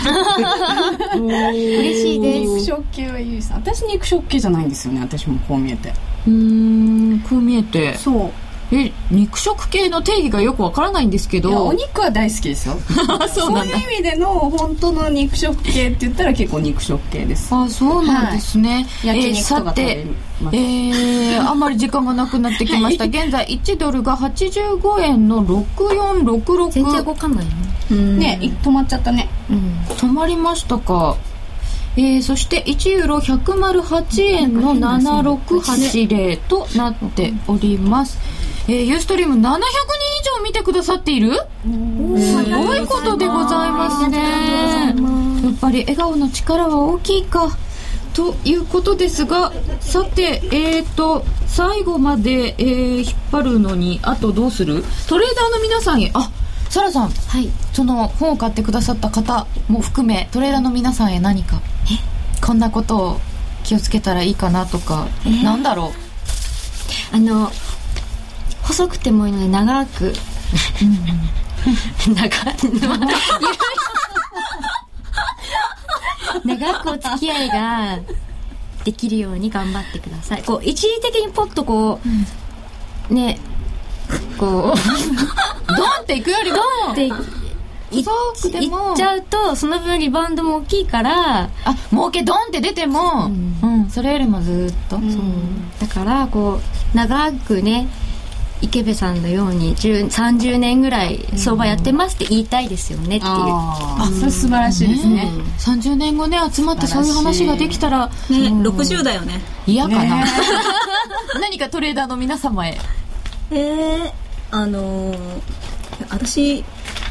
[SPEAKER 2] 嬉しいで
[SPEAKER 4] 肉
[SPEAKER 2] す
[SPEAKER 4] 食系はゆいさん私肉食系じゃないんですよね私もこう見えて
[SPEAKER 3] うーんこう見えて
[SPEAKER 4] そう
[SPEAKER 3] え肉食系の定義がよくわからないんですけ
[SPEAKER 4] いやお
[SPEAKER 3] ど
[SPEAKER 4] 肉は大好きですよ
[SPEAKER 3] あそう
[SPEAKER 4] そう
[SPEAKER 3] なん
[SPEAKER 4] い
[SPEAKER 3] だ
[SPEAKER 4] う意味での本当の肉食系って言ったら結構肉食系です
[SPEAKER 3] あそうなんですね、
[SPEAKER 4] 焼
[SPEAKER 3] えー
[SPEAKER 4] 肉と
[SPEAKER 3] さ
[SPEAKER 4] か食べ
[SPEAKER 3] て
[SPEAKER 4] ます
[SPEAKER 3] えー、あんまり時間がなくなってきま
[SPEAKER 4] *laughs*
[SPEAKER 3] した、現在1ドルが85円の
[SPEAKER 2] 全然
[SPEAKER 3] 6466
[SPEAKER 2] 動かないね
[SPEAKER 4] ねい止まっちゃったね
[SPEAKER 3] 止まりましたかえー、そして1ユーロ108円の7680となっております、えー、ユーストリーム700人以上見てくださっているすごいことでございますねやっぱり笑顔の力は大きいかということですがさてえー、と最後まで、えー引っ張るのにあとどうするトレーダーの皆さんへあサラさん
[SPEAKER 2] はい
[SPEAKER 3] その本を買ってくださった方も含めトレーダーの皆さんへ何かこんなことを気をつけたらいいかなとか、なんだろ
[SPEAKER 2] あの細くてもいいので長く長い長くお付き合いができるように頑張ってくださいこう一時的にポッとこう、ね
[SPEAKER 3] *laughs*
[SPEAKER 2] こう
[SPEAKER 3] うドンっていくよりも
[SPEAKER 2] でい
[SPEAKER 3] 細くても
[SPEAKER 2] いっちゃうとその分リバウンドも大きいから
[SPEAKER 3] あ儲けドンって出ても、うんそれよりもずーっと、
[SPEAKER 2] だからこう長くね池部さんのように10 30年ぐらい相場やってますって言いたいですよねっていう、
[SPEAKER 4] あそれ素晴らしいですね
[SPEAKER 3] 30年後ね集まってそういう話ができたら
[SPEAKER 1] ね60だよね
[SPEAKER 3] 嫌かな、 *laughs* 何かトレーダーの皆様へ
[SPEAKER 1] えー、あのー私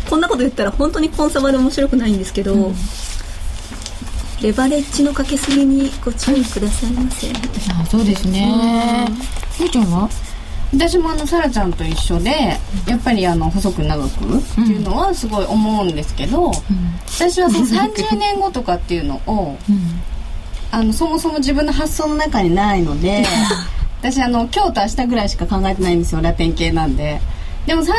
[SPEAKER 1] こんなこと言ったら本当にコンサバで面白くないんですけど、レバレッジのかけすぎにご注意くださいませ、
[SPEAKER 3] あそうですねゆうちゃんは
[SPEAKER 4] 私もあのサラちゃんと一緒でやっぱりあの細く長くっていうのはすごい思うんですけど、私はその30年後とかっていうのを、あのそもそも自分の発想の中にないの *laughs* で私あの今日と明日ぐらいしか考えてないんですよラテン系なんで。でも30年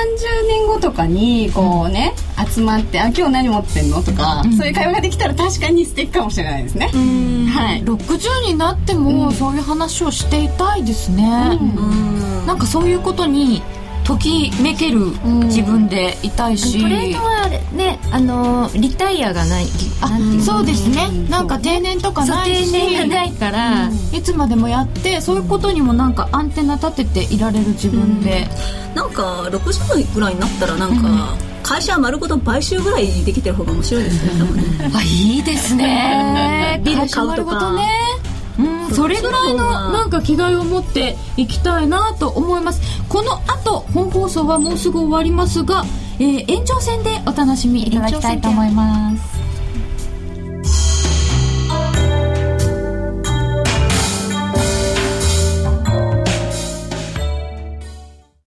[SPEAKER 4] 後とかにこうね、集まって「あ今日何持ってんの?」とか、そういう会話ができたら確かに素敵かもしれないですね。はい、
[SPEAKER 3] 60になってもそういう話をしていたいですね、なんかそういうことにときめける自分でいたいし、
[SPEAKER 2] トレードはねあのリタイアがない
[SPEAKER 3] あ
[SPEAKER 2] なんていうの
[SPEAKER 3] そうですねなんか定年とか
[SPEAKER 2] そう
[SPEAKER 3] ない
[SPEAKER 2] 定
[SPEAKER 3] し
[SPEAKER 2] 年がないから、
[SPEAKER 3] いつまでもやってそういうことにもなんかアンテナ立てていられる自分で、
[SPEAKER 1] なんか60ぐらいになったらなんか会社丸ごと買収ぐらいできてる方が面白いですね多分ね
[SPEAKER 3] あいいです
[SPEAKER 2] *laughs*
[SPEAKER 3] ね
[SPEAKER 1] ビル買うとか
[SPEAKER 3] 買うことねうん、それぐらいの
[SPEAKER 1] そうだ
[SPEAKER 3] なんか気概を持っていきたいなと思いますこの後本放送はもうすぐ終わりますが、えー延長戦でお楽しみいただきたいと思います